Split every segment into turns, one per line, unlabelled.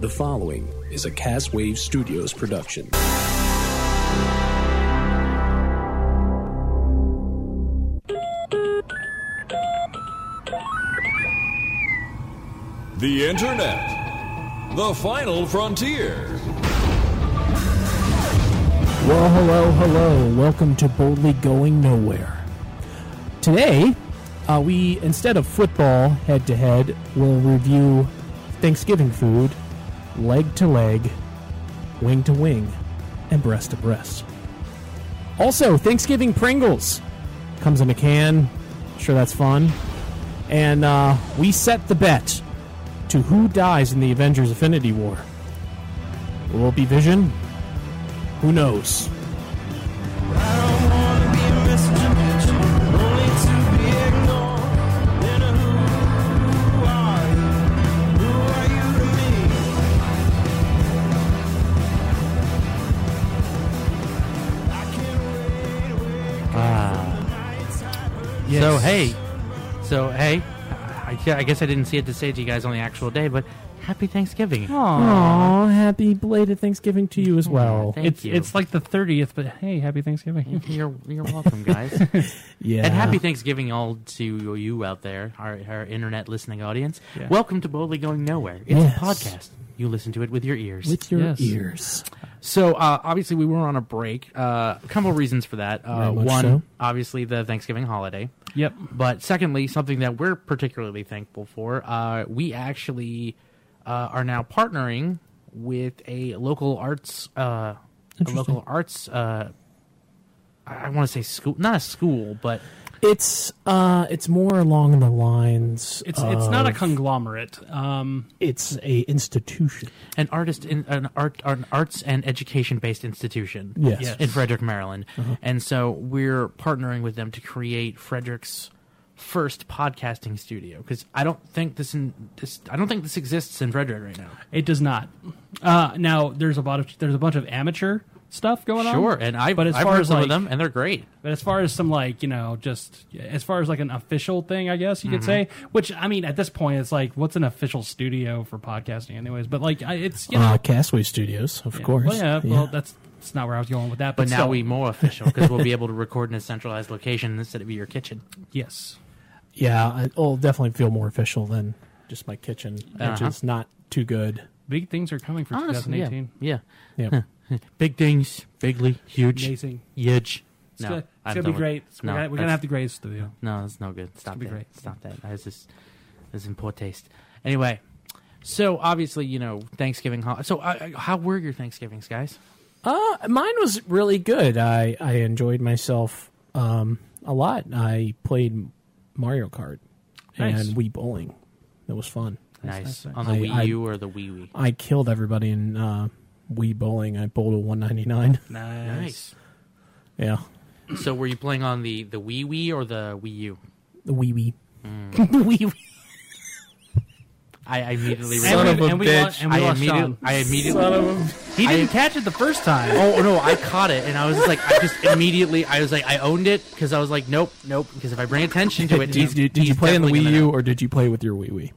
The following is a Castwave Studios production.
The Internet. The final frontier.
Well, hello, hello. Welcome to Boldly Going Nowhere. Today, uh, we, instead of football head to head, will review Thanksgiving food, leg to leg, wing to wing, and breast to breast. Also, Thanksgiving Pringles comes in a can. Sure, that's fun. And uh, we set the bet to who dies in the Avengers Affinity War. Will it be Vision? Who knows? Ah.
So hey, so hey, I, I guess I didn't see it to say to you guys on the actual day, but happy Thanksgiving.
Aw, happy belated Thanksgiving to you as well.
Thank
it's
you.
it's like the thirtieth, but hey, happy Thanksgiving.
you're you're welcome, guys,
Yeah.
and happy Thanksgiving all to you out there, our, our internet listening audience.
Yeah.
Welcome to Boldly Going Nowhere. It's
Yes.
a podcast. You listen to it with your ears.
with your
Yes.
ears.
So uh, obviously we were on a break. Uh, a couple reasons for that. Uh,
Very much
one,
so.
obviously the Thanksgiving holiday.
yep.
But secondly, something that we're particularly thankful for, uh, we actually uh, are now partnering with a local arts, uh, a local arts. Uh, I, I want to say school, not a school, but
It's uh, it's more along the lines.
It's it's
Uh,
not a
of-
conglomerate. Um,
It's a institution.
an artist in an art, an arts and education based institution.
Yes.
Yes.
in Frederick, Maryland, and so we're partnering with them to create Frederick's first podcasting studio because I don't think this in this I don't think this exists in Frederick right now.
it does not. Uh, now there's a lot of there's a bunch of amateur stuff going on.
Sure, and I've,
but as
I've
far
heard
as
some
like,
of them, and they're great.
but as far as some like you know just as far as like an official thing, I guess you
Mm-hmm.
could say. Which I mean, at this point, it's like what's an official studio for podcasting, anyways? But like I- it's you know,
Uh, Castaway Studios, of course.
well, yeah, well that's. That's not where I was going with that, but,
But now
still.
we more official because we'll be able to record in a centralized location instead of your kitchen.
yes,
yeah, I- it'll definitely feel more official than just my kitchen, which
Uh-huh.
is not too good.
big things are coming for 2018.
yeah,
Yeah.
yeah. big things, bigly, huge,
Amazing.
huge.
It's gonna, it's gonna be great. we're gonna, we're gonna have to grade studio.
No, that's no good. Stop
gonna be
that.
great.
Stop that. That is just that is in poor taste. Anyway, so obviously you know Thanksgiving. Ho- so uh, uh, how were your Thanksgivings, guys?
Uh, mine was really good. I I enjoyed myself um a lot. I played Mario Kart
Nice.
and Wii bowling. It was fun.
Nice,
nice, nice.
on the
I-
Wii
I-
U or the Wii Wii.
I killed everybody in uh, Wii bowling. I bowled a 199.
Nice.
yeah,
So were you playing on the the Wii Wii or the Wii U?
the Wii Wii.
Hmm.
the Wii Wee.
I I immediately
And
Son
we-
of a
and we
bitch.
lost- and we
I
lost
immediately,
Sean.
I immediately,
He didn't
I-
catch it the first time.
oh no, I caught it, and I was like, I just immediately, I was like, I owned it because I was like, nope, nope, because if I bring attention to it,
Did,
he's-
did, did you
he's
play on the
definitely
Wii
gonna
U
know. Hmm.
or did you play with your Wii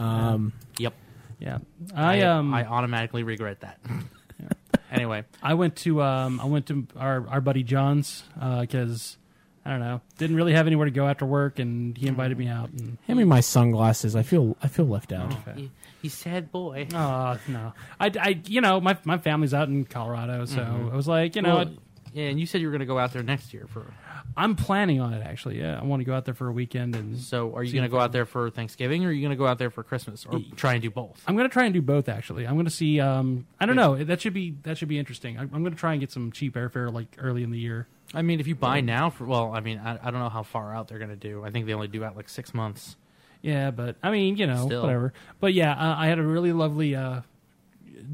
Wii?
Yep,
Yeah, I um,
I
I,
automatically regret that. anyway,
went to um, I went to our our buddy John's because I don't know, didn't really have anywhere to go after work, and he invited me out. And,
Hand me my sunglasses. I feel I feel left out.
he, he's sad boy.
oh no, I, I you know my my family's out in Colorado, so I was like, you know,
Well, yeah, and you said you were gonna go out there next year for.
I'm planning on it actually. Yeah, I want to go out there for a weekend, and
So, are you gonna go out there for Thanksgiving, or are you gonna go out there for Christmas, or try and do both?
I'm gonna try and do both. Actually, I'm gonna see. Um, I don't know. That should be that should be interesting. I, I'm gonna try and get some cheap airfare like early in the year.
I mean, if you buy now, for well, I mean, I, I don't know how far out they're gonna do. I think they only do out like six months.
Yeah, but I mean, you know,
Still.
whatever. But yeah, uh, I had a really lovely uh,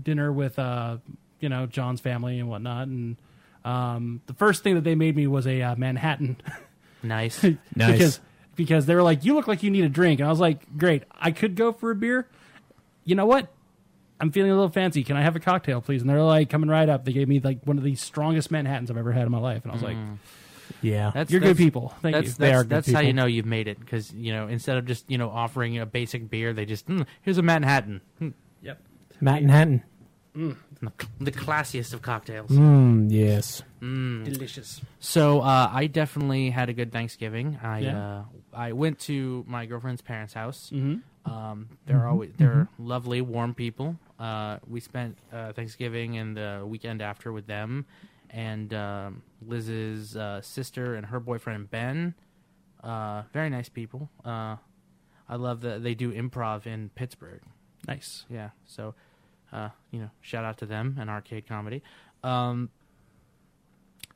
dinner with uh, you know John's family and whatnot, and um, the first thing that they made me was a uh, Manhattan
Nice.
Nice.
because because they were like, "You look like you need a drink," and I was like, "Great, I could go for a beer." You know what? I'm feeling a little fancy. Can I have a cocktail, please? And they're like, coming right up. They gave me like one of the strongest Manhattans I've ever had in my life, and I was like,
Yeah.
That's-
"You're
Mm. that's-
good people. Thank
that's
you."
They
that's,
are good
that's how you
people.
know you've made it because you know instead of just you know offering a basic beer, they just "Hmm, here's a Manhattan. Hmm,
Yep.
Manhattan.
The classiest of cocktails.
Mm, yes.
Mm.
Delicious.
So uh, I definitely had a good Thanksgiving. I
Yeah.
uh, I went to my girlfriend's parents' house. Mm-hmm. Um, they're always they're lovely, warm people. Uh, we spent uh, Thanksgiving and the weekend after with them, and um, Liz's uh, sister and her boyfriend Ben. Uh, very nice people. Uh, I love that they do improv in Pittsburgh.
Nice.
Yeah. So, uh, you know, shout out to them and arcade comedy. Um,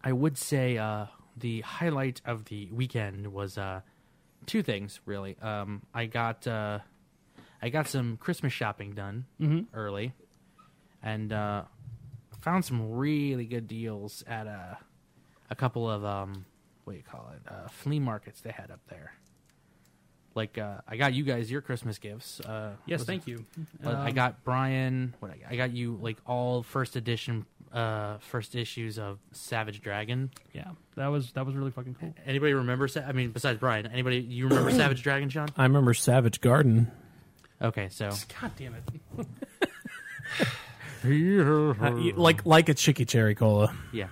I would say uh, the highlight of the weekend was uh, two things really. Um, I got uh, I got some Christmas shopping done
Mm-hmm.
early, and uh, found some really good deals at a a couple of um, what do you call it uh, flea markets they had up there. Like uh, I got you guys your Christmas gifts. Uh,
Yes,
was it-
thank you.
but I
Um,
got Brian. What I, got- I got you like all first edition, uh, first issues of Savage Dragon.
Yeah, that was that was really fucking cool.
Anybody remember? Sa- I mean, besides Brian, anybody you remember Savage Dragon, Sean?
I remember Savage Garden.
Okay, so
God damn it.
Uh, you- like like a Chicky Cherry Cola.
yeah,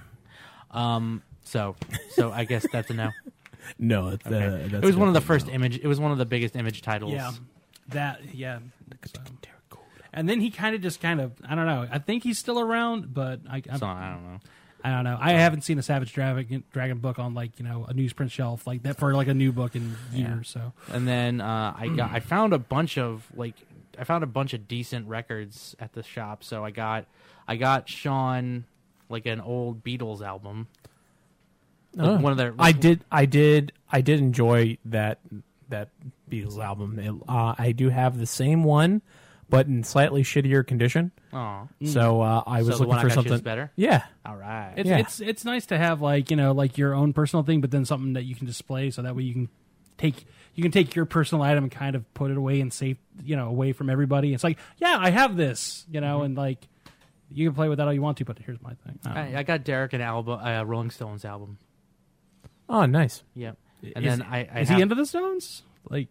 um, so so I guess that's a no.
No, it's, uh,
Okay.
that's
it was
a
one of the
different-
first image. It was one of the biggest image titles.
Yeah, that yeah. So. And then he kind of just kind of I don't know. I think he's still around, but I I'm,
So I don't know.
I don't know. I haven't seen a Savage Dragon Dragon book on like you know a newsprint shelf like that for like a new book in years. So
And then uh, I got I found a bunch of like I found a bunch of decent records at the shop. So I got I got Sean like an old Beatles album. Like
Oh.
one of their
I did I did I did enjoy that that Beatles album. It, uh, I do have the same one, but in slightly shittier condition.
Aw.
So uh, I was
the
looking
one I
for
got you is
something
better?
Yeah,
All right.
it's
Yeah.
it's it's nice to have like you know like your own personal thing, but then something that you can display so that way you can take you can take your personal item and kind of put it away and safe you know away from everybody. It's like yeah, I have this you
Mm-hmm.
know, and like you can play with that all you want to, but here's my thing. Um, I don't know.
I, I got Derek an album, uh, Rolling Stones album.
Oh, nice.
Yep. And
Is-
then I, I
is
have-
he into the Stones? Like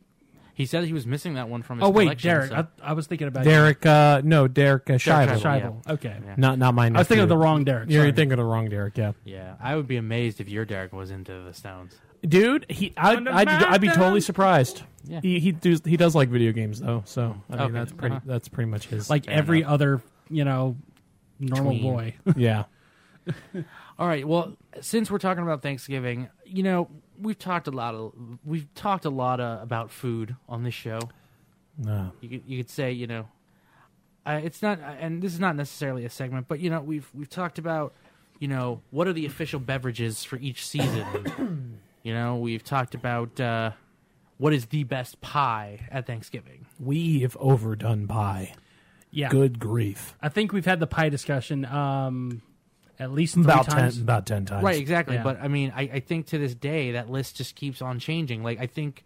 he said he was missing that one from his
oh wait,
collection,
Derek,
so-
I, I was thinking about
Derek. Uh, no, Derek uh,
Derek
Shivel.
Shivel.
Shivel. Okay,
Yeah.
Not not my.
I was thinking of the
nephew.
wrong Derek.
You're
sorry.
thinking of the wrong Derek. Yeah,
yeah, I would be amazed if your Derek was into the Stones.
dude. He I I'd,
Under
I'd,
my
I'd be totally
thumb.
surprised.
Yeah.
He he does he does like video games though. So I mean
Okay.
that's pretty
Uh-huh.
that's pretty much his.
like
Fair
every
enough.
other you know normal
Tween.
boy.
yeah.
All right. Well, since we're talking about Thanksgiving, you know, we've talked a lot of we've talked a lot uh, about food on this show.
No.
You could, you could say, you know, uh, it's not, and this is not necessarily a segment, but you know, we've we've talked about, you know, what are the official beverages for each season. you know, we've talked about uh, what is the best pie at Thanksgiving.
We've overdone pie.
Yeah,
Good grief.
I think we've had the pie discussion um, at least three
About
times.
ten about ten times.
Right, exactly.
Yeah.
But I mean, I, I think to this day that list just keeps on changing. Like I think,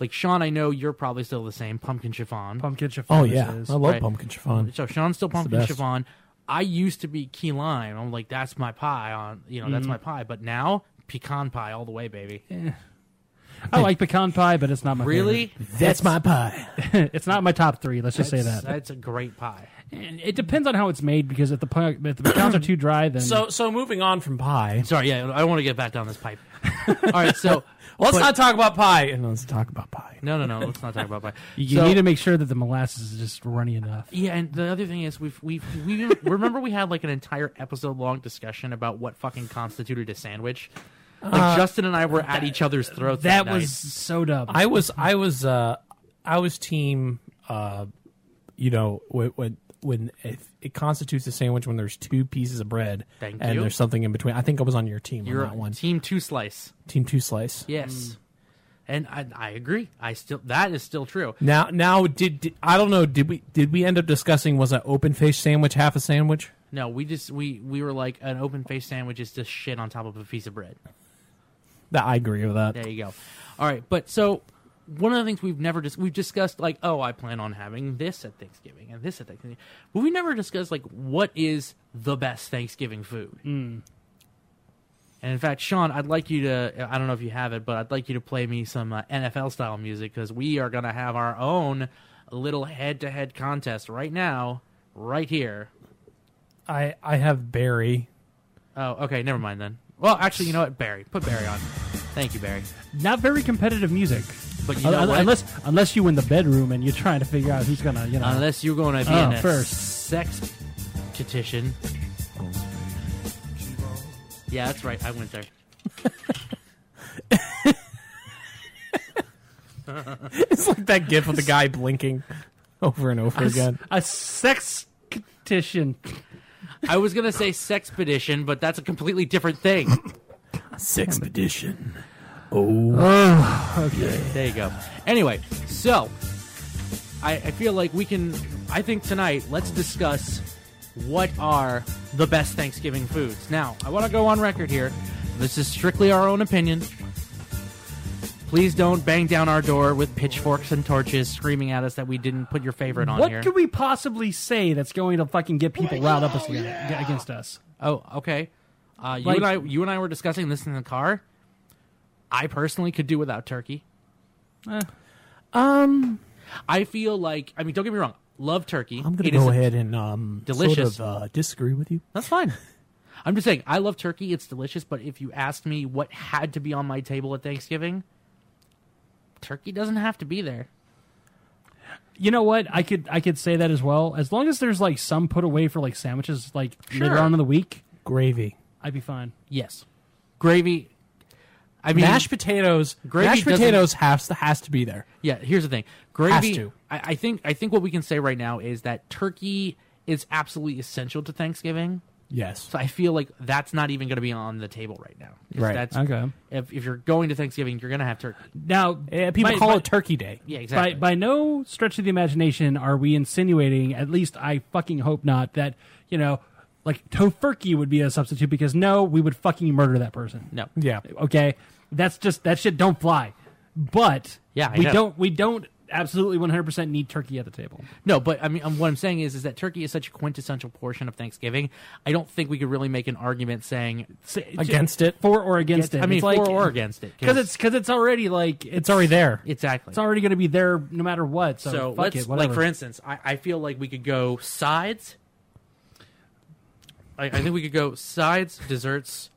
like Sean, I know you're probably still the same pumpkin chiffon.
Pumpkin chiffon.
Oh
this
yeah,
is.
I love
Right.
pumpkin chiffon.
so Sean's still pumpkin
best.
chiffon. I used to be key lime. I'm like, that's my pie. On you know,
Mm-hmm.
that's my pie. But now pecan pie all the way, baby.
I like pecan pie, but it's not my
Really?
That's my pie.
favorite. it's not my top three. Let's just say
That's-
that.
That's a great pie.
And It depends on how it's made because if the pi- if the pecans are too dry, then
So so moving on from pie.
Sorry, yeah, I want to get back down this pipe. all right, so
Let's
but-
not talk about pie. And let's talk about pie.
No, no, no. Let's not talk about pie.
you
So-
need to make sure that the molasses is just runny enough.
Yeah, and the other thing is we've we've we remember we had like an entire episode long discussion about what fucking constituted a sandwich. Like
Uh,
Justin and I were at each other's throats.
That
night.
was so dumb.
I was I was uh I was team uh you know when when, when it, it constitutes a sandwich when there's two pieces of bread
Thank
and
you.
there's something in between. I think I was on your team
your
on that one.
team two slice.
Team two slice.
Yes, and I I agree. I still that is still true.
Now now did, did I don't know did we did we end up discussing was an open face sandwich half a sandwich?
No, we just we we were like an open faced sandwich is just shit on top of a piece of bread.
That I agree with that.
There you go. All right, but so one of the things we've never just we've discussed like oh I plan on having this at Thanksgiving and this at Thanksgiving, but we never discussed like what is the best Thanksgiving food. And in fact, Sean, I'd like you to I don't know if you have it, but I'd like you to play me some uh, NFL style music because we are gonna have our own little head-to-head contest right now, right here.
I I have Barry.
Oh, okay, never mind then. Well, actually, you know what, Barry, put Barry on. Thank you, Barry.
Not very competitive music.
But you know
Un-
what?
Unless unless you win the bedroom and you're trying to figure out who's gonna you know.
unless you're going to be
Oh,
in a
first.
sex petition. Yeah, that's right. I went there.
It's like that gif of the guy blinking over and over again.
a sex petition.
I was gonna say sex petition, but that's a completely different thing.
Sixth edition. Oh,
There you go. Anyway, so I, I feel like we can. I think tonight let's discuss what are the best Thanksgiving foods. Now, I want to go on record here. This is strictly our own opinion. Please don't bang down our door with pitchforks and torches, screaming at us that we didn't put your favorite on
What
here.
could we possibly say that's going to fucking get people riled up against, against us?
Oh, okay. Uh, you
Like-
and I, you and I were discussing this in the car. I personally could do without turkey.
Eh.
Um, I feel like I mean, don't get me wrong, love turkey.
I'm gonna
It is
go
a-
ahead and um
delicious.
sort of, uh, disagree with you.
That's fine. I'm just saying, I love turkey. It's delicious, but if you asked me what had to be on my table at Thanksgiving, turkey doesn't have to be there.
You know what? I could I could say that as well. As long as there's like some put away for like sandwiches, like
Sure.
later on in the week,
Gravy.
I'd be fine.
Yes, gravy. I mean,
mashed potatoes.
Gravy
mashed
doesn't-
potatoes has to has to be there.
Yeah, here's the thing. Gravy.
to.
I, I think. I think what we can say right now is that turkey is absolutely essential to Thanksgiving.
Yes.
So I feel like that's not even going to be on the table right now. 'Cause
Right,
That's,
okay.
If, if you're going to Thanksgiving, you're going to have turkey.
Now
Eh, people
by-
call
by-
it Turkey Day.
Yeah,
By,
exactly.
by no stretch of the imagination are we insinuating, at least I fucking hope not, that, you know, like tofurkey would be a substitute because no, we would fucking murder that person.
No.
Yeah.
Okay? That's just that shit don't fly. But
Yeah, I
we
know.
don't we don't absolutely 100% need turkey at the table.
No, but I mean, um, what I'm saying is, is that turkey is such a quintessential portion of Thanksgiving. I don't think we could really make an argument saying.
Say-
Against it?
For or against it.
I mean,
It's
for
like,
or against it,
Cuz it's cuz it's already like
It's already there.
exactly.
it's already going to be there no matter what. So,
so
fuck
let's
it,
like
whatever.
for instance, I, I feel like we could go sides. I, I think we could go sides, desserts.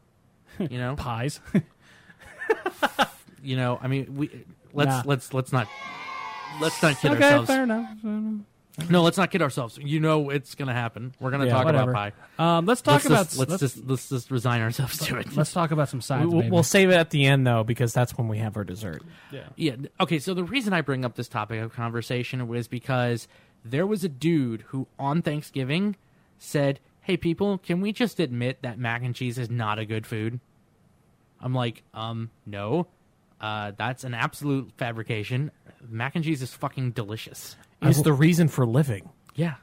You know,
pies.
you know. I mean, we let's
Nah.
let's let's not let's not kid
okay,
ourselves.
fair enough. Fair enough.
No, let's not kid ourselves. You know it's going to happen. We're going to
Yeah,
talk
whatever.
about pie.
Um, let's talk
Let's,
about
just, let's, just let's just resign ourselves to it.
Let's talk about some sides.
We- We'll,
baby.
we'll save it at the end though, because that's when we have our dessert.
yeah. Okay. So the reason I bring up this topic of conversation was because there was a dude who on Thanksgiving said, "Hey, people, can we just admit that mac and cheese is not a good food?" I'm like, um, no, uh, that's an absolute fabrication. Mac and cheese is fucking delicious.
It's the reason for living,
Yeah.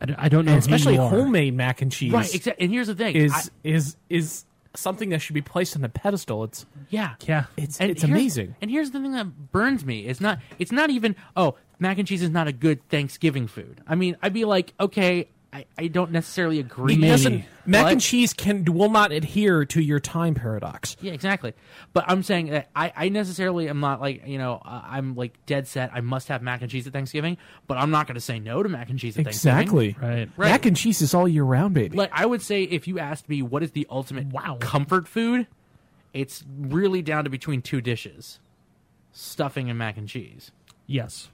I don't, I don't know, who
especially
you are.
homemade mac and cheese.
Right. Exactly. And here's the thing.
Is
I-
is is something that should be placed on a pedestal. It's
yeah.
Yeah,
it's
And
it's
here's-
amazing.
And here's the thing that burns me. It's not it's not even oh, mac and cheese is not a good Thanksgiving food. I mean, I'd be like, okay, I, I don't necessarily agree.
It doesn't, mac
But-
and cheese can will not adhere to your time paradox.
Yeah, exactly. But I'm saying that I, I necessarily am not like, you know, uh, I'm like dead set. I must have mac and cheese at Thanksgiving, but I'm not going to say no to mac and cheese at Thanksgiving.
Exactly.
Right.
Right.
Mac and cheese is all year round, baby.
Like, I would say if you asked me what is the ultimate wow. comfort food, it's really down to between two dishes stuffing and mac and cheese.
yes.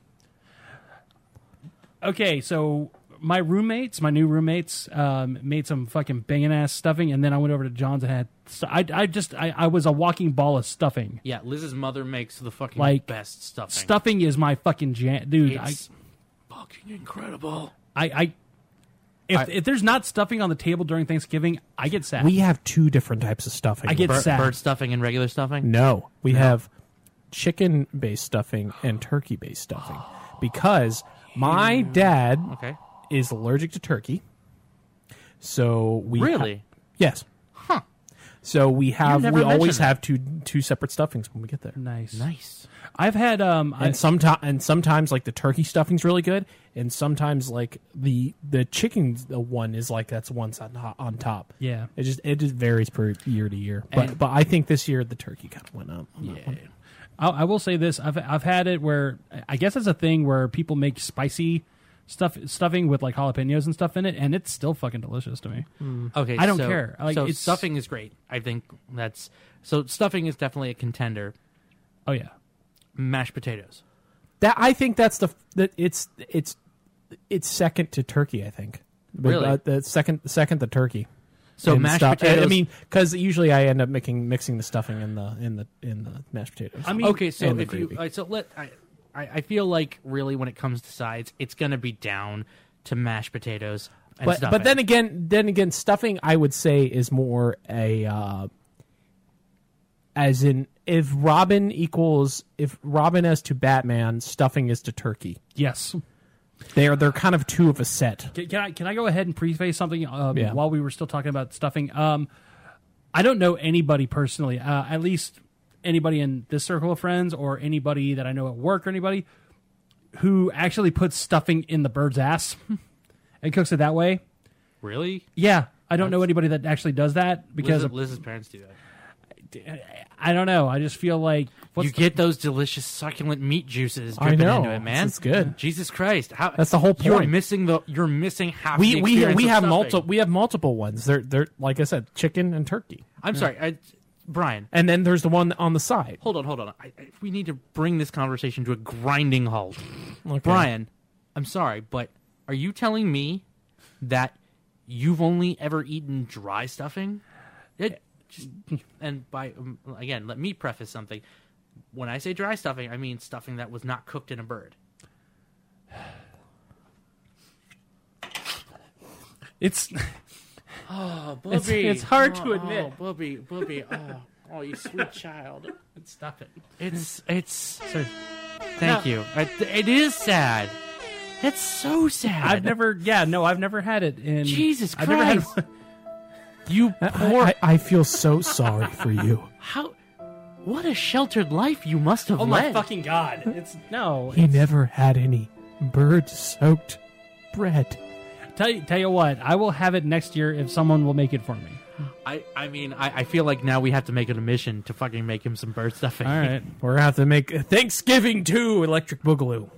Okay, so my roommates, my new roommates, um, made some fucking banging ass stuffing, and then I went over to John's and had. stu- I, I just, I, I was a walking ball of stuffing.
Yeah, Liz's mother makes the fucking
Like,
best stuffing.
Stuffing is my fucking jam, dude. I,
It's fucking incredible.
I, I, if, if there's not stuffing on the table during Thanksgiving, I get sad.
we have two different types of stuffing.
I get
Bird,
sad.
bird stuffing and regular stuffing.
No, we have chicken based stuffing and turkey based stuffing because my dad
Okay.
is allergic to turkey. So we ha-
Really?
yes. Huh. So we have
never
we always
mentioned that.
have two two separate stuffings when we get there.
nice.
Nice.
I've had um, I,
And sometimes and sometimes like the turkey stuffing's really good and sometimes like the the chicken one is like that's one on, ho- on top.
Yeah.
It just it just varies per year to year. But but I think this year the turkey kind of went up. on that
Yeah.
one.
I, I will say this: I've I've had it where I guess it's a thing where people make spicy stuff stuffing with like jalapenos and stuff in it, and it's still fucking delicious to me.
Okay,
I don't
so-
care. Like,
so
it's-
stuffing is great. I think that's so stuffing is definitely a contender.
Oh yeah,
Mashed potatoes.
That I think that's the that it's it's it's second to turkey. I think. But,
Really?
uh, the second second the turkey.
So
in the
mashed
stuff- I-
potatoes.
I mean, because usually I end up making mixing the stuffing in the in the in the mashed potatoes.
I mean,
okay, so
and the
if you
gravy.
uh, so let I, I I feel like really when it comes to sides, it's gonna be down to mashed potatoes. And
but
stuffing.
but then again, then again, stuffing I would say is more a uh, as in if Robin equals if Robin as to Batman, stuffing is to Turkey.
yes.
They're they're kind of two of a set.
Can, can I can I go ahead and preface something um,
Yeah.
while we were still talking about stuffing? Um, I don't know anybody personally, uh, at least anybody in this circle of friends or anybody that I know at work or anybody who actually puts stuffing in the bird's ass and cooks it that way.
really,
Yeah, I don't know anybody that actually does that because
Liz, Liz's parents do that.
I don't know. I just feel like what's
you get those delicious succulent meat juices
I
dripping
know.
into it, man.
It's good.
Jesus Christ, how,
That's the whole
You're
point.
missing the you're missing half.
We
the
we
experience
we
of
have
stuffing.
multiple we have multiple ones. They're they're like I said, chicken and turkey,
I'm sorry, I, Brian.
and then there's the one on the side.
Hold on, hold on. I, I, we need to bring this conversation to a grinding halt. Brian, I'm sorry, but are you telling me that you've only ever eaten dry stuffing? It, just, and by um, again, let me preface something. When I say dry stuffing, I mean stuffing that was not cooked in a bird.
it's
Oh,
It's- it's hard to admit.
Oh, Booby, Booby, oh, oh, you sweet child. Stop it. It's it's. Thank you. It, it is sad. It's so sad.
I've never yeah no I've never had it in
Jesus
I've never had
Christ. You poor.
I, I feel so sorry for you.
how? What a sheltered life you must have
oh
led.
my fucking god it's no
He never had any bird soaked bread.
Tell you, tell you what, I will have it next year if someone will make it for me.
I, I mean, I, I feel like now we have to make it a mission to fucking make him some bird stuffing.
All right.
We're gonna have to make Thanksgiving too, Electric Boogaloo.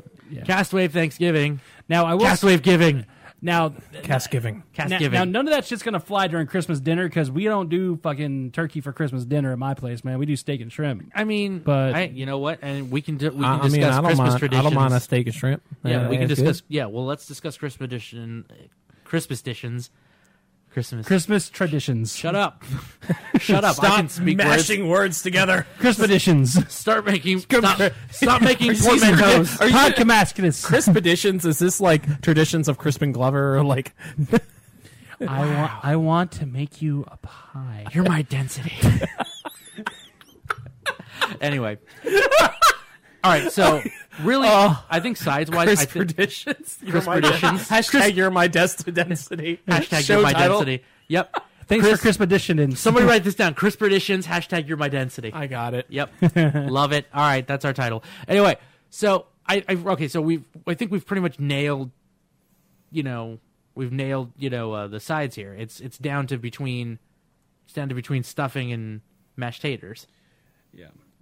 Castwave Thanksgiving.
Now I will.
Castwave Giving.
now,
Casgiving.
now,
Castgiving.
now none of that shit's gonna fly during Christmas dinner because we don't do fucking turkey for Christmas dinner at my place, man. We do steak and shrimp.
I mean,
But-
I, you know what? And we can do. We can
I, I
discuss
mean, I don't
Christmas
mind.
traditions.
I don't mind a steak and shrimp.
yeah,
Uh,
we can
that's
discuss.
good.
Yeah, well, let's discuss Christmas edition. Christmas editions. Christmas.
Christmas traditions.
Shut up. Shut up. I can speak words.
words together.
Christmas editions.
Start making. Stop, stop making portmanteaus.
Are you Podcamaskinus.
Crispeditions is this like traditions of Crispin Glover or like
I want. I want to make you a pie.
You're my density. anyway. All right. So really, I think sides wise, I think
Crispeditions?
Crispeditions.
Hashtag you're my desti- density.
hashtag
Show
you're my
title.
density. Yep.
Thanks
Chris-
for Christmas edition.
Somebody write this down. Crispeditions. Hashtag you're my density.
I got it.
Yep. Love it. All right, that's our title. Anyway, so I, I okay, so we've I think we've pretty much nailed you know, we've nailed, you know, uh, the sides here. It's it's down to between it's down to between stuffing and mashed taters.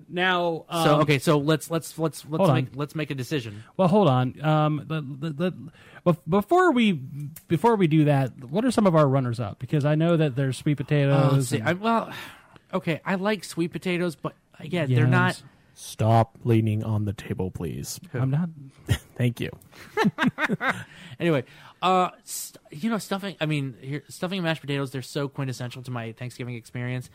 now. Um,
So okay, so let's let's let's let's
hold
make
on.
let's make a decision.
Well, hold on. Um, the, the, the, bef- before we before we do that, what are some of our runners up? Because I know that there's sweet potatoes.
Uh, let's see.
and-
I, well, okay, I like sweet potatoes, but again, they're
Yams.
not
Stop leaning on the table, please.
I'm not.
Thank you.
Anyway, uh, st- you know, stuffing. I mean, here, stuffing and mashed potatoes—they're so quintessential to my Thanksgiving experience.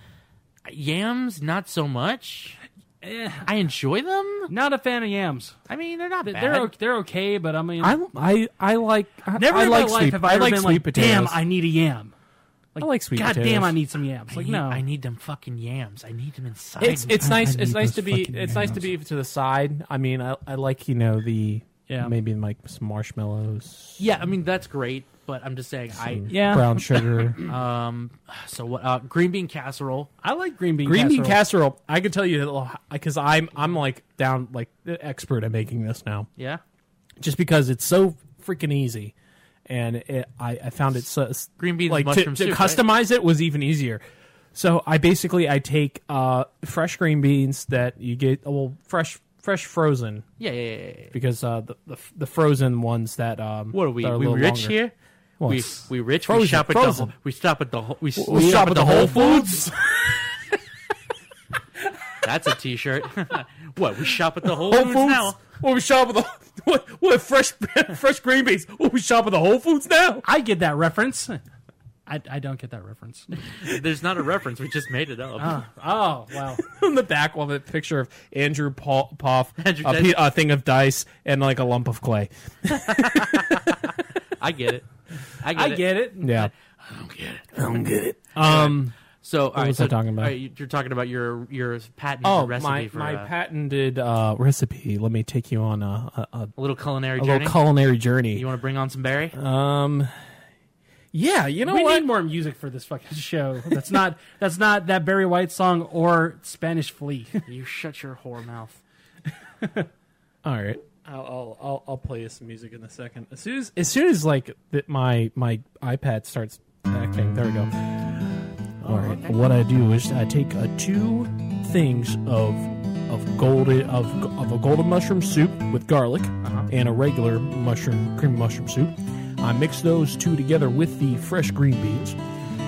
Yams, not so much. I enjoy them.
Eh, Not a fan of yams.
I mean, they're not bad.
They're okay, they're okay, but I mean,
I I I like I,
never
I
in
like
my life
sweet,
have I, ever
like
been
sweet
like,
potatoes.
damn, I need a yam. Like,
I like sweet
God
potatoes.
damn, I need some yams.
I
Like
need,
no,
I need them fucking yams. I need them inside.
it's
me.
it's nice
I
it's
need
nice
those
to be
fucking
it's nice to be to the side. I mean, I I like you know the
Yeah.
maybe like some marshmallows,
yeah. I mean, that's great, but I'm just saying. I um,
yeah.
brown sugar, Uh,
so what? Uh, green bean casserole.
I like green bean
green
casserole.
bean casserole. I could tell you because I'm I'm like down like the expert at making this now,
Yeah.
just because it's so freaking easy. And it, I, I found it so
Green beans,
like to,
mushroom
to
soup, right?
customize it was even easier. So I basically I take uh, fresh green beans that you get oh, well fresh fresh frozen
Yeah, yeah, yeah. yeah.
because uh, the, the the frozen ones that um
What are we?
that a
we
little
rich
longer.
here?
Well,
we
it's
we rich. we
frozen-
shop at
frozen.
the whole- we stop at the whole- we, we,
We
shop, at the Whole Foods.
Foods.
That's a T-shirt. what we shop at the Whole,
Whole
Foods,
Foods
now?
What we shop at the what, what fresh fresh green beans? What we shop at the Whole Foods now?
I get that reference. I, I don't get that reference.
There's not a reference. We just made it up.
Ah.
Oh wow!
On the back of it, picture of Andrew Paul, Poff,
Andrew
a,
Dice.
pe- a thing of dice, and like a lump of clay.
I get it. I get
I
it.
get it.
Yeah,
Um, So, all right,
was
so
I talking about?
all right, you're talking about your your patented
Oh,
recipe
my,
for
my
uh,
patented uh, recipe. Let me take you on a, a, a,
a little culinary
a
journey.
little culinary journey.
you want to bring on some berry?
um, yeah, you know
we
what?
need more music for this fucking show. That's not that's not that Barry White song or Spanish Flea.
you shut your whore mouth.
All right, I'll, I'll I'll I'll play you some music in a second. As soon as as soon as like that my my iPad starts acting. There we go. All right. What I do is I take uh, two things of of golden of of a golden mushroom soup with garlic and a regular mushroom cream mushroom soup. I mix those two together with the fresh green beans,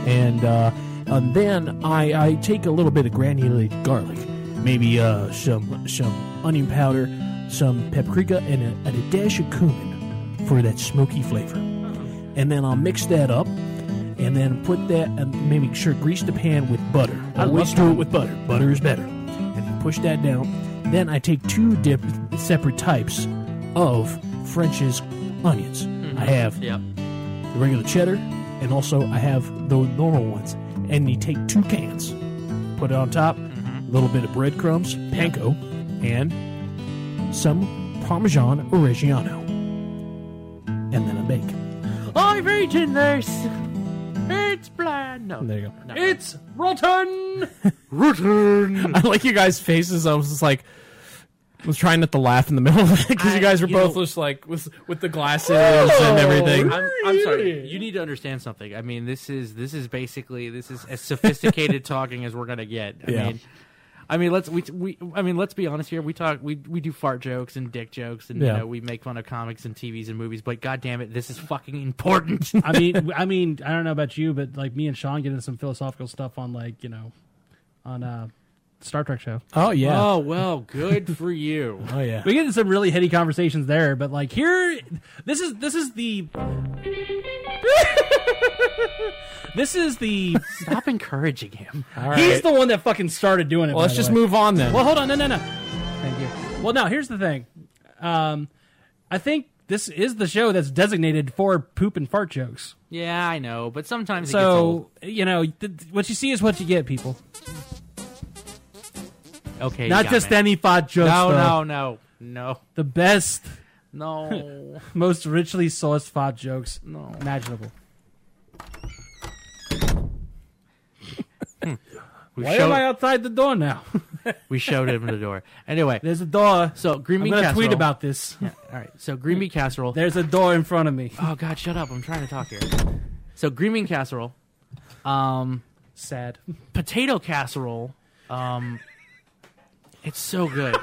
and uh, and then I, I take a little bit of granulated garlic, maybe uh, some some onion powder, some paprika, and a, and a dash of cumin for that smoky flavor. And then I'll mix that up and then put that and maybe sure grease the pan with butter. I always do it with butter. Butter is better. And you push that down. Then I take two dip separate types of French's onions. I have
Yep.
the regular cheddar, and also I have the normal ones. And you take two cans, put it on top, a little bit of breadcrumbs, panko, and some Parmesan Oregano, and then I bake.
I'm raging this. It's blind. No,
There you go.
no, no.
it's Rotten.
I like you guys' faces. I was just like, was trying not to laugh in the middle of it because
I-
you guys were
you
both
know-
just like with with the glasses and everything.
I'm, I'm sorry. You need to understand something. I mean, this is this is basically this is as sophisticated talking as we're gonna get. I
Yeah.
mean, I mean, let's we, we I mean, let's be honest here. We talk we we do fart jokes and dick jokes and
Yeah.
you know we make fun of comics and TVs and movies. But goddamn it, this is fucking important.
I mean, I mean, I don't know about you, but like me and Sean get into some philosophical stuff on like you know, on uh Star Trek show.
Oh yeah.
Oh well, good for you.
Oh yeah.
We get into some really heady conversations there, but like here, this is this is the. This is the.
Stop encouraging him.
He's the one that fucking started doing it.
Well, let's
by the
just
way.
move on then.
Well, hold on. No, no, no. Thank you. Well, now here's the thing. Um, I think this is the show that's designated for poop and fart jokes.
Yeah, I know, but sometimes it gets old.
So you know th- what you see is what you get, people.
Okay, you
Not
got
just
me.
any fart jokes.
No, no,
though.
no, no,
The best,
no.
most richly sourced fart jokes
No.
imaginable.
We
Why
showed,
am I outside the door now?
we showed him the door. Anyway,
There's a door.
so green
I'm
bean
gonna
casserole.
tweet about this.
All right, so green bean casserole.
There's a door in front of me.
Oh God, shut up! I'm trying to talk here. So green bean casserole, um,
Sad.
potato casserole, um, it's so good,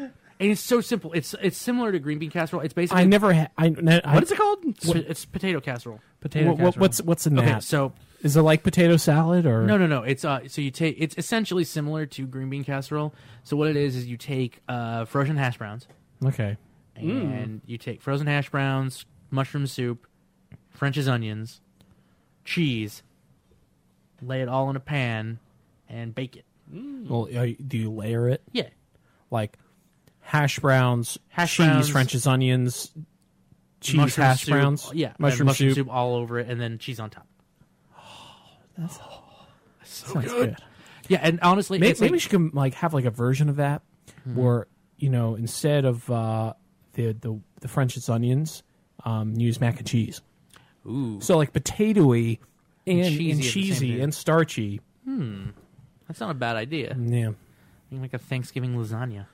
and it's so simple. It's it's similar to green bean casserole. It's basically
I never. Ha- I,
What is it called?
it's, it's potato casserole.
Potato casserole.
what's what's in
Okay,
that?
so
is it like potato salad or
No, no, no. It's uh, so you take it's essentially similar to green bean casserole. So what it is is you take uh, frozen hash browns
Okay.
and you take frozen hash browns, mushroom soup, French's onions, cheese, lay it all in a pan, and bake it.
Well, are you- do you layer it
Yeah,
like hash browns,
Hash
cheese,
browns.
French's onions, cheese
Mushroom
hash
soup-
browns,
Yeah, and
mushroom,
mushroom
soup.
soup all over it, and then cheese on top.
Sounds Oh, good.
Yeah, and honestly,
Maybe,
it's like-
maybe she can like have like a version of that, where you know instead of uh, the the the French's onions, um, use mac and cheese.
Ooh.
So like potatoy and and
cheesy
cheesy
at
and,
the same time.
starchy.
that's not a bad idea.
Yeah,
You can make a Thanksgiving lasagna.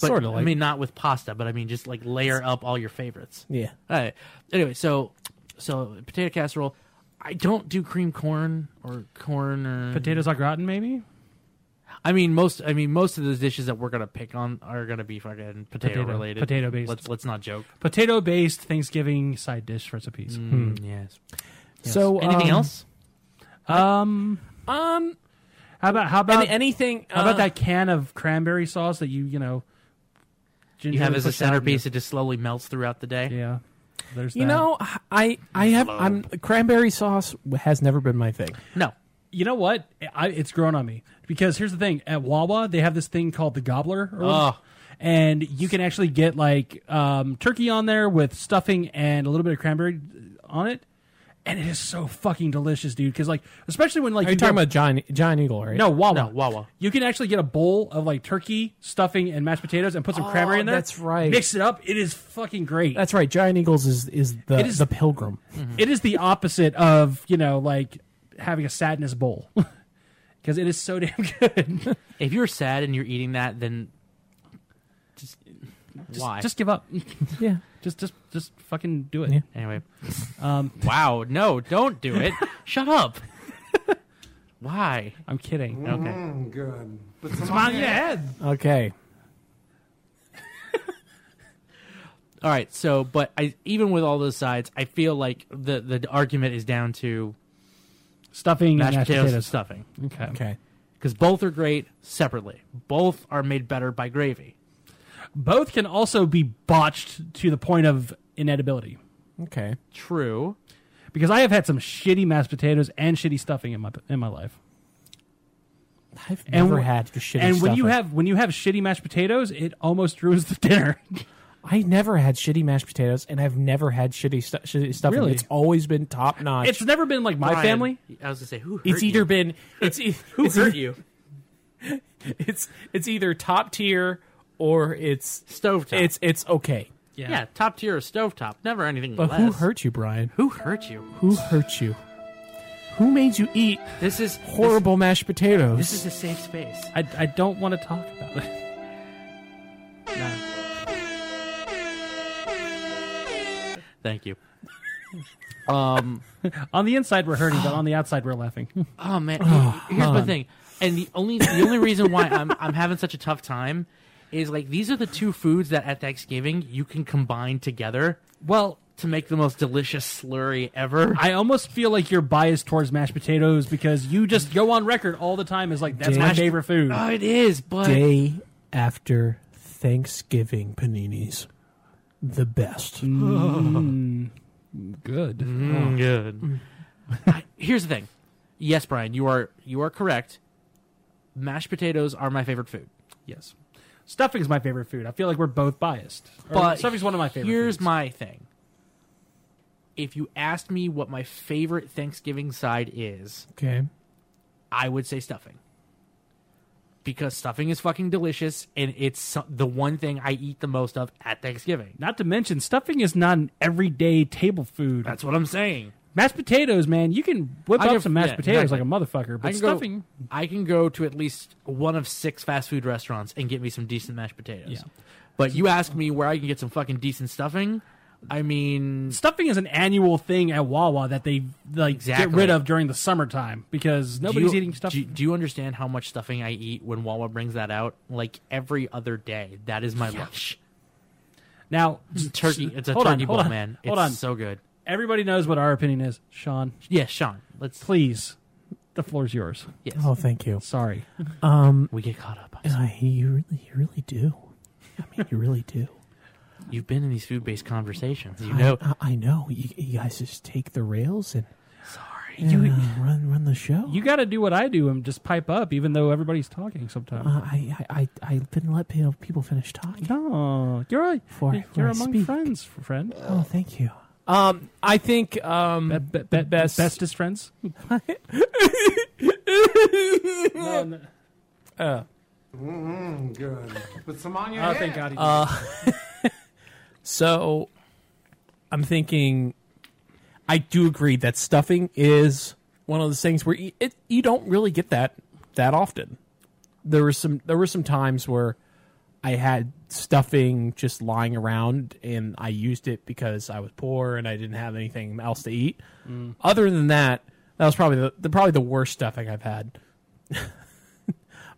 But,
sort of like
I mean, not with pasta, but I mean, just like layer up all your favorites.
yeah.
All right. Anyway, so so potato casserole. I don't do cream corn or corn or
Potatoes au gratin, maybe.
I mean most. I mean most of the dishes that we're gonna pick on are gonna be fucking potato,
Potato-
related,
potato-based.
Let's let's not joke.
Potato based Thanksgiving side dish recipes.
Mm. Yes.
So
Anything
um,
else?
Um,
Um.
how about how about
any- anything?
how
uh,
about that can of cranberry sauce that you you know
you have as a
push out and you-
centerpiece? It just slowly melts throughout the day.
Yeah, there's
You
that.
know, I I have I'm cranberry sauce has never been my thing.
No.
you know what? I, it's grown on me because here's the thing: at Wawa, they have this thing called the Gobbler, or whatever.
Ah.
Oh.
and you can actually get like um, turkey on there with stuffing and a little bit of cranberry on it, and it is so fucking delicious, dude. Because like, especially when like
Are you talking
go-
about John John Eagle, right?
no Wawa,
No, Wawa.
You can actually get a bowl of like turkey stuffing and mashed potatoes and put some cranberry in there.
Oh, that's right.
Mix it up. It is fucking great.
that's right. Giant Eagles is is the
It is-
the pilgrim.
It is the opposite of you know like having a sadness bowl. Because it is so damn good.
If you're sad and you're eating that, then just, why?
Just give up.
Yeah.
just just just fucking do it.
Yeah.
anyway. wow. No, don't do it. Shut up. why?
I'm
Mm-hmm.
kidding.
Okay.
Good.
Come on, your head.
Okay.
All right. So, but I even with all those sides, I feel like the the argument is down to
Stuffing
mashed,
and mashed
potatoes, and
potatoes.
stuffing
Okay.
Okay.
because both are great separately. Both are made better by gravy.
Both can also be botched to the point of inedibility.
Okay.
True.
Because I have had some shitty mashed potatoes and shitty stuffing in my in my life.
I've
And
never
wh-
had your shitty
and when you
stuffing.
have when you have shitty mashed potatoes, it almost ruins the dinner.
I never had shitty mashed potatoes, and I've never had shitty, stu- shitty stuffing.
Really?
It's always been top notch.
it's never been like my
Brian,
family.
I was gonna say who. Hurt
it's either
you?
been it's e-
who
it's,
hurt
e-
you.
It's it's either top tier or it's
Stovetop.
it's it's okay.
yeah. top tier or stovetop. Never anything
But
less.
who hurt you, Brian?
Who hurt you?
Who hurt you? Who made you eat
This is
horrible mashed potatoes?
This, this is a safe space.
I, I don't want to talk about it.
Thank you.
On the inside we're hurting, but on the outside we're laughing.
Oh man, here's my thing. And the only the only reason why I'm I'm having such a tough time is like these are the two foods that at Thanksgiving you can combine together
well,
to make the most delicious slurry ever.
I almost feel like you're biased towards mashed potatoes because you just go on record all the time as like that's my
Mashed-
favorite food.
oh, it is, but
Day after Thanksgiving paninis, the best.
Good.
Mm, good. I- here's the thing. Yes, Brian, you are you are correct. Mashed potatoes are my favorite food.
Yes. Stuffing is my favorite food. I feel like we're both biased. Or
But
stuffing's one of my favorite.
Here's
foods.
my thing. If you asked me what my favorite Thanksgiving side is,
Okay.
I would say stuffing. Because stuffing is fucking delicious and it's so- the one thing I eat the most of at Thanksgiving.
Not to mention, stuffing is not an everyday table food.
That's what I'm saying.
mashed potatoes, man. You can whip
I
up
can-
some mashed
yeah,
potatoes
exactly.
like a motherfucker, but
can go-
stuffing.
I can go to at least one of six fast food restaurants and get me some decent mashed potatoes.
Yeah.
But you ask me where I can get some fucking decent stuffing, I mean,
Stuffing is an annual thing at Wawa that they like get
Exactly.
rid of during the summertime because
do
nobody's
you-
eating stuffing.
Do, do you understand how much stuffing I eat when Wawa brings that out? Like every other day, that is my lunch.
now,
Turkey, it's a
Hold on,
turkey
hold
bowl,
on,
man.
hold
it's
on.
so good.
everybody knows what our opinion is. Sean,
Yeah, Sean, let's.
please, the floor's yours.
Yes,
Oh, thank you.
Sorry.
we get caught up.
Uh, you really, you really do. I mean, you really do.
You've been in these food-based conversations. You know,
I, I know. You, you guys just take the rails and
sorry.
and, uh, run run the show.
You got to do what I do and just pipe up, even though everybody's talking sometimes.
uh, I, I I I didn't let people, people finish talking.
No, you're a,
Before I-
you're
before I
among
speak.
friends, friend.
Oh, thank you. Um, I think um
Be- be- be-
best-
bestest friends. oh, no.
Mm, Good. Put some on your
Oh,
head.
thank God. He
so I'm thinking I do agree that stuffing is one of those things where you, it, you don't really get that that often. There were some there were some times where I had stuffing just lying around, and I used it because I was poor and I didn't have anything else to eat.
Mm.
Other than that, that was probably the, the probably the worst stuffing I've had.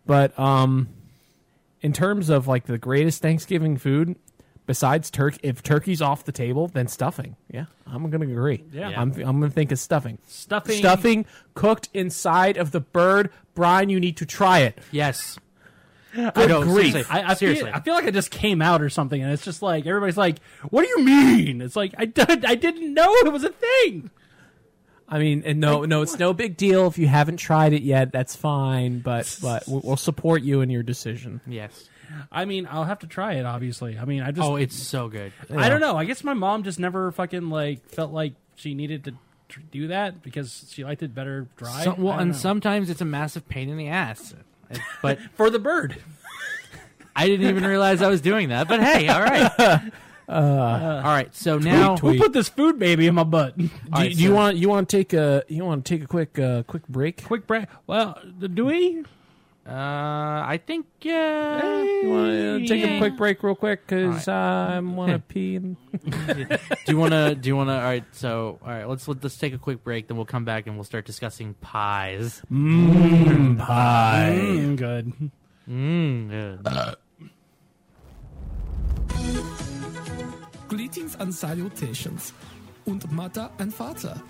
but um, in terms of like the greatest Thanksgiving food, besides turkey, if turkey's off the table, then stuffing. Yeah, I'm gonna agree.
Yeah.
I'm I'm gonna think it's stuffing.
Stuffing.
Stuffing cooked inside of the bird. Brian, you need to try it.
Yes.
Good
know,
grief.
seriously.
I, I
Seriously.
Feel, I feel like I just came out or something, and it's just like everybody's like, "What do you mean?" It's like I did, I didn't know it was a thing.
I mean, and no, no, it's no big deal if you haven't tried it yet. That's fine, but but we- we'll support you in your decision.
Yes.
I mean, I'll have to try it. Obviously, I mean, I just,
Oh, it's so good.
I don't know. I guess my mom just never fucking like felt like she needed to tr- do that because she liked it better dry.
Some,
I
well,
don't
and
know.
sometimes it's a massive pain in the ass. But
for the bird.
I didn't even realize I was doing that. But hey, all right. Uh, all right. So now,
Who put this food baby in my butt?
Do, do you want you want to take a you want to take a quick uh, quick break?
Quick break. Well, do we?
uh, I think yeah.
You want to take a
yeah.
quick break real quick because I want to pee. And...
do you want to? Do you want to? All right. So all right. Let's let, let's take a quick break. Then we'll come back and we'll start discussing pies.
Mm, good.
Mm, Good.
Greetings and salutations. Und Mutter and Vater.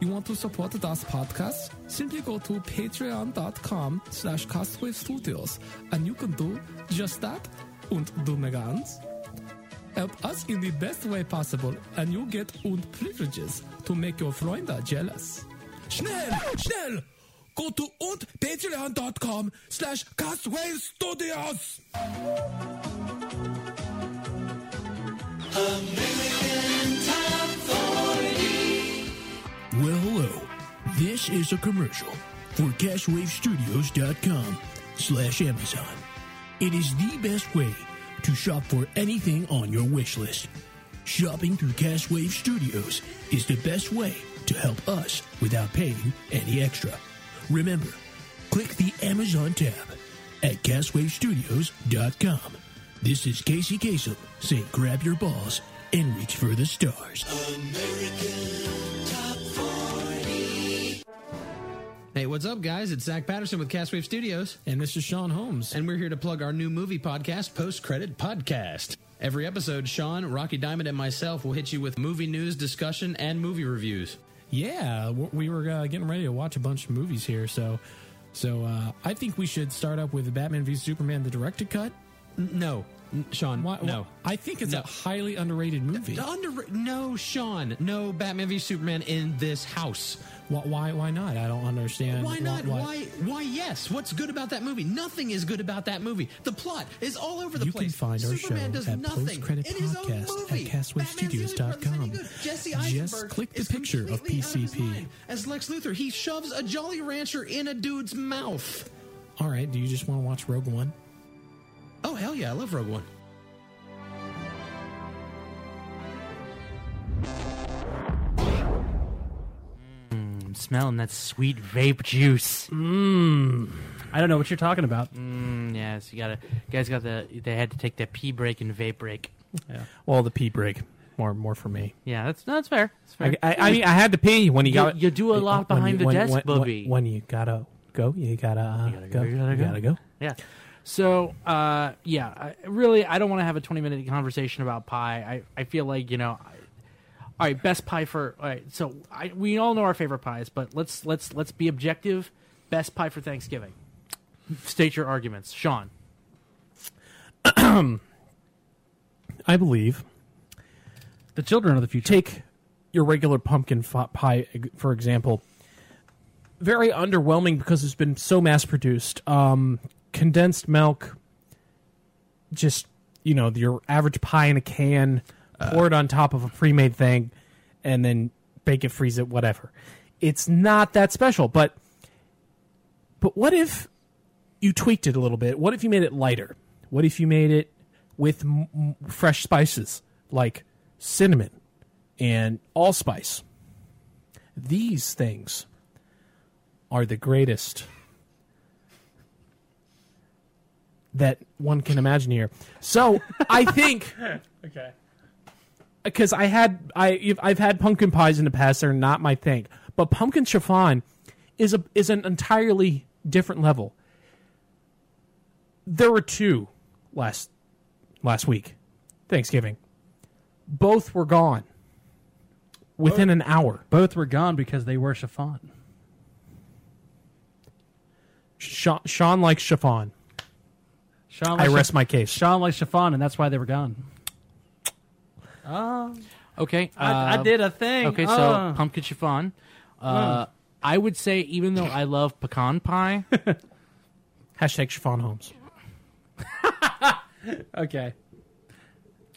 You want to support Das podcast? Simply go to patreon.com slash Castwave Studios and you can do just that und dumme Gans. Help us in the best way possible and you get und privileges to make your Freunde jealous. Schnell, schnell! Go to und patreon.com slash Castwave Studios! Well, hello. This is a commercial for CashWaveStudios.com slash Amazon. It is the best way to shop for anything on your wish list. Shopping through Cashwave Studios is the best way to help us without paying any extra. Remember, click the Amazon tab at CashwaveStudios.com. This is Casey Kasem saying grab your balls and reach for the stars.
Hey, what's up, guys? It's Zach Patterson with Castwave Studios,
And this is Sean Holmes.
and we're here to plug our new movie podcast, Post Credit Podcast. Every episode, Sean, Rocky Diamond, and myself will hit you with movie news, discussion, and movie reviews.
Yeah, w- we were uh, getting ready to watch a bunch of movies here, so so uh, I think we should start up with Batman v Superman: The Directed Cut.
N- No, N- Sean,
Why- why-
no.
I think it's
No.
a highly underrated movie.
Under- no, Sean, no Batman v Superman in this house.
Why, why? Why not? I don't understand.
Why not? Why, why? yes? What's good about that movie? Nothing is good about that movie. The plot is all over the
You
place.
can find our
Superman
show
does
at
nothing
Post-Credit
in his own
Podcast
movie.
at CastWaveStudios.com.
Batman's the only person any good. Jesse
Just
Eisenberg
click the
is
picture of
completely out his
PCP.
mind. As Lex Luthor, he shoves a Jolly Rancher in a dude's mouth.
All right. Do you just want to watch Rogue One?
Oh hell yeah, I love Rogue One.
I'm smelling that sweet vape juice.
I don't know what you're talking about.
Mm, yes, you gotta. You guys got the. They had to take their pee break and vape break.
Well, the pee break more more for me.
Yeah, that's no, that's fair. That's fair.
I, I, I mean, I had to pee when you,
You-
got.
you do a lot
when
behind
you-
the
when-
desk,
when- when-
Bubby.
When you gotta go, you gotta, uh,
gotta
go, you gotta go.
Yeah. So, uh, yeah, I, really, I don't want to have a 20 minute conversation about pie. I, I feel like, you know, I, all right, best pie for, all right, so I, we all know our favorite pies, but let's, let's, let's be objective. Best pie for Thanksgiving. State your arguments. Sean.
I believe.
The children of the future.
Take your regular pumpkin fi- pie, eg- for example. Very underwhelming because it's been so mass produced. Um, condensed milk, just you know, your average pie in a can,
Uh.
pour it on top of a pre-made thing, and then bake it, freeze it, whatever. It's not that special, but but what if you tweaked it a little bit? What if you made it lighter? What if you made it with m- m- fresh spices like cinnamon and allspice? These things are the greatest that one can imagine here. So I think
Okay.
because I had I if- I've had pumpkin pies in the past. They're not my thing, but pumpkin chiffon is a is an entirely different level. There were two last last week, Thanksgiving. Both were gone within an hour.
Both were gone because they were chiffon.
Sean, Sean likes chiffon.
Sean
I
likes
rest
chiff-
my case.
Sean likes chiffon, and that's why they were gone.
Okay,
I, I
uh,
did a thing.
Okay, so
Uh,
pumpkin chiffon. Uh, I would say even though I love pecan pie,
Hashtag chiffon homes.
Oh. okay.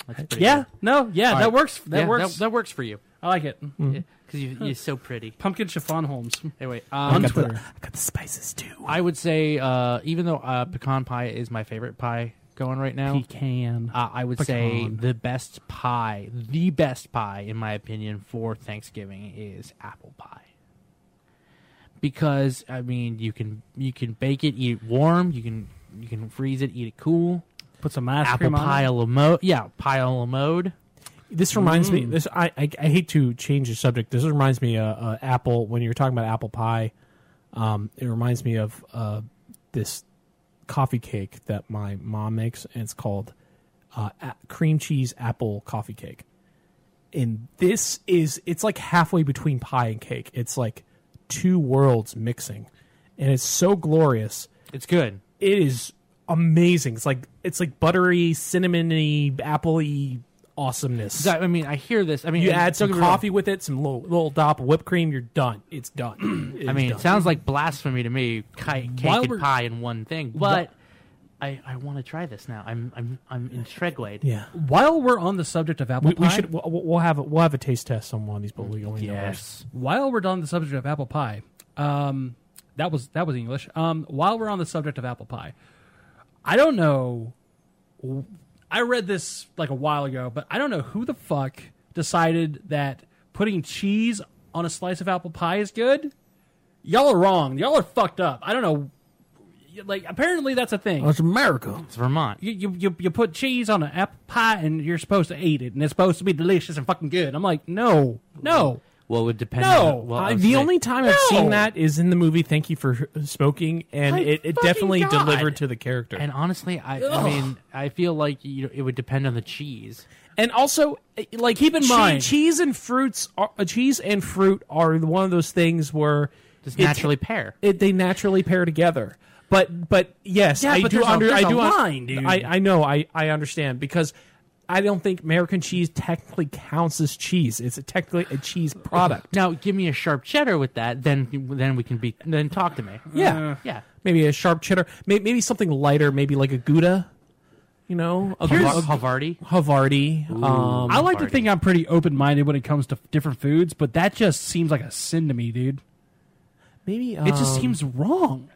that's pretty
Yeah.
good.
No. Yeah.
All
that
right.
works. That
Yeah,
works. Mm-hmm.
That, that works for you
I like it.
because you, you're so pretty.
Pumpkin chiffon Holmes.
Anyway,
On
um,
Twitter.
I got the spices too.
I would say uh, even though uh, pecan pie is my favorite pie going right now,
Pecan.
uh, I would say
Pecan.
the best pie, the best pie in my opinion for Thanksgiving is apple pie. Because I mean, you can you can bake it, eat it warm. You can you can freeze it, eat it cool.
Put some ice
apple
cream on
pie
it.
a la mode. Yeah, pie a la mode.
This reminds me. This I, I I hate to change the subject. This reminds me uh, uh apple when you're talking about apple pie. Um, it reminds me of uh this coffee cake that my mom makes, and it's called uh a- cream cheese apple coffee cake. And this is it's like halfway between pie and cake. It's like two worlds mixing, and it's so glorious.
It's good.
it is amazing. It's like it's like buttery, cinnamony, appley awesomeness.
So, I mean, I hear this. I mean,
you
and
add
don't
some
get me wrong.
coffee with it, some little, little dollop of whipped cream. You're done. It's done. It
I
is
mean,
done.
it sounds like blasphemy to me. Ki- cake
While
and
we're-
pie in one thing, but I, I want to try this now. I'm I'm I'm intrigued.
yeah.
While we're on the subject of apple
We,
pie,
we should. We'll, we'll have a, we'll have a taste test on one of these, but we only
Yes.
while we're on the subject of apple pie, um, that was that was English. Um, while we're on the subject of apple pie, I don't know. I read this like a while ago, but I don't know who the fuck decided that putting cheese on a slice of apple pie is good. Y'all are wrong. Y'all are fucked up. I don't know. Like apparently that's a thing.
It's America.
It's Vermont.
you, you, you, you put cheese on an apple pie and you're supposed to eat it and it's supposed to be delicious and fucking good. I'm like, no, no.
Well, it would depend.
No,
on, well, I
Uh,
was
the
gonna-
only time I've seen
No.
that is in the movie "Thank You for Smoking," and
My
it, it
fucking
definitely
God.
delivered to the character.
And honestly, I, I mean, I feel like you know, it would depend on the cheese.
And also, eh, like, keep
in mind-
cheese and fruits are uh, cheese and fruit are one of those things where
Just
it-
naturally pair.
it, they naturally pair together. But but yes,
Yeah,
I
but
do
there's a-
under I
there's a
do un-
line, dude.
I I know I I understand because I don't think American cheese technically counts as cheese. It's technically a cheese
Uh,
product.
Now, give me a sharp cheddar with that, then then we can be then talk to me.
yeah,
Yeah.
Maybe a sharp cheddar. Maybe, maybe something lighter. Maybe like a Gouda. You know, a,
Havar-
Gouda-
Havarti.
a Havarti. Um,
I like to
Party.
think I'm pretty open minded when it comes to different foods, but that just seems like a sin to me, dude.
maybe
It just
um,
seems wrong.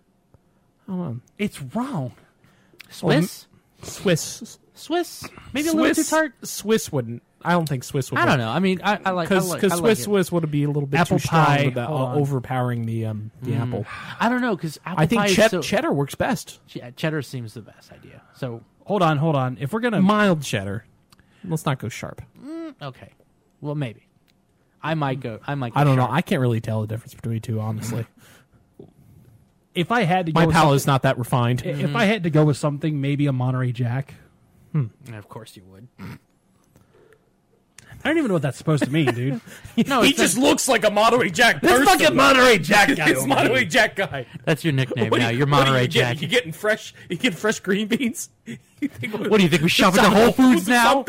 It's wrong.
Swiss.
Swiss.
Swiss. Maybe a little
Swiss
too tart.
Swiss wouldn't. I don't think Swiss would.
I don't know. I mean, I, I like
because
I like, I like
Swiss
it.
Swiss would be a little bit
Apple
too strong
pie,
with the,
hold
uh,
on. Mm.
overpowering the um the apple.
I don't know because
I think
pie
chet-
is so,
cheddar works best.
che- cheddar seems the best idea. So
Hold on, hold on. If we're gonna
Mild cheddar. Let's not go sharp.
okay, well maybe I might go. I might. Go
I don't know.
sharp.
I can't really tell the difference between the two, honestly.
if I had to go
My
with
palate's not that refined.
something- if I had to go with something, maybe a Monterey Jack.
And of course you would.
I don't even know what that's supposed to mean, dude.
No, it's a-
looks like oh, a Monterey Jack. This fucking Monterey Jack guy. this Monterey Jack guy.
that's your nickname
What do
now.
you-
You're
what do you
Monterey
get?
Jack.
You getting fresh? You getting fresh green beans? You think
What do you think we shop at the Whole Foods now?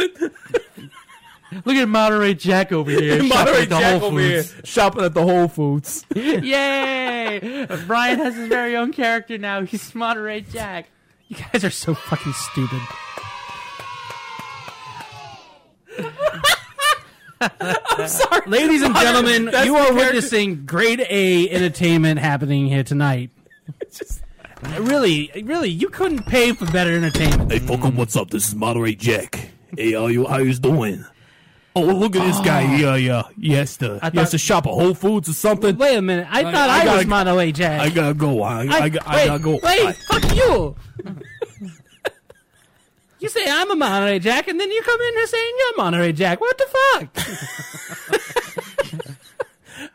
Look at Monterey Jack over here.
Monterey
shopping at the
Jack
Whole
over here
Foods.
shopping at the Whole Foods.
Yay! Brian has his very own character now. He's Monterey Jack.
You guys are so fucking stupid. Ladies and gentlemen, you are witnessing grade A entertainment happening here tonight. really, really, you couldn't pay for better entertainment.
Hey, fuckum, what's up? This is Moderate Jack. Hey, how you, how you doing? Oh, look at this
Ah.
guy. Yeah, yeah. He has to, he has
thought-
to shop at Whole Foods or something.
Wait a minute, I thought I,
I gotta-
was Monterey
I
Jack.
gotta go. I, I,
I-
got- I
wait,
gotta go.
Wait,
I-
fuck you! You say I'm a Monterey Jack, and then you come in here saying you're a Monterey Jack. What the fuck?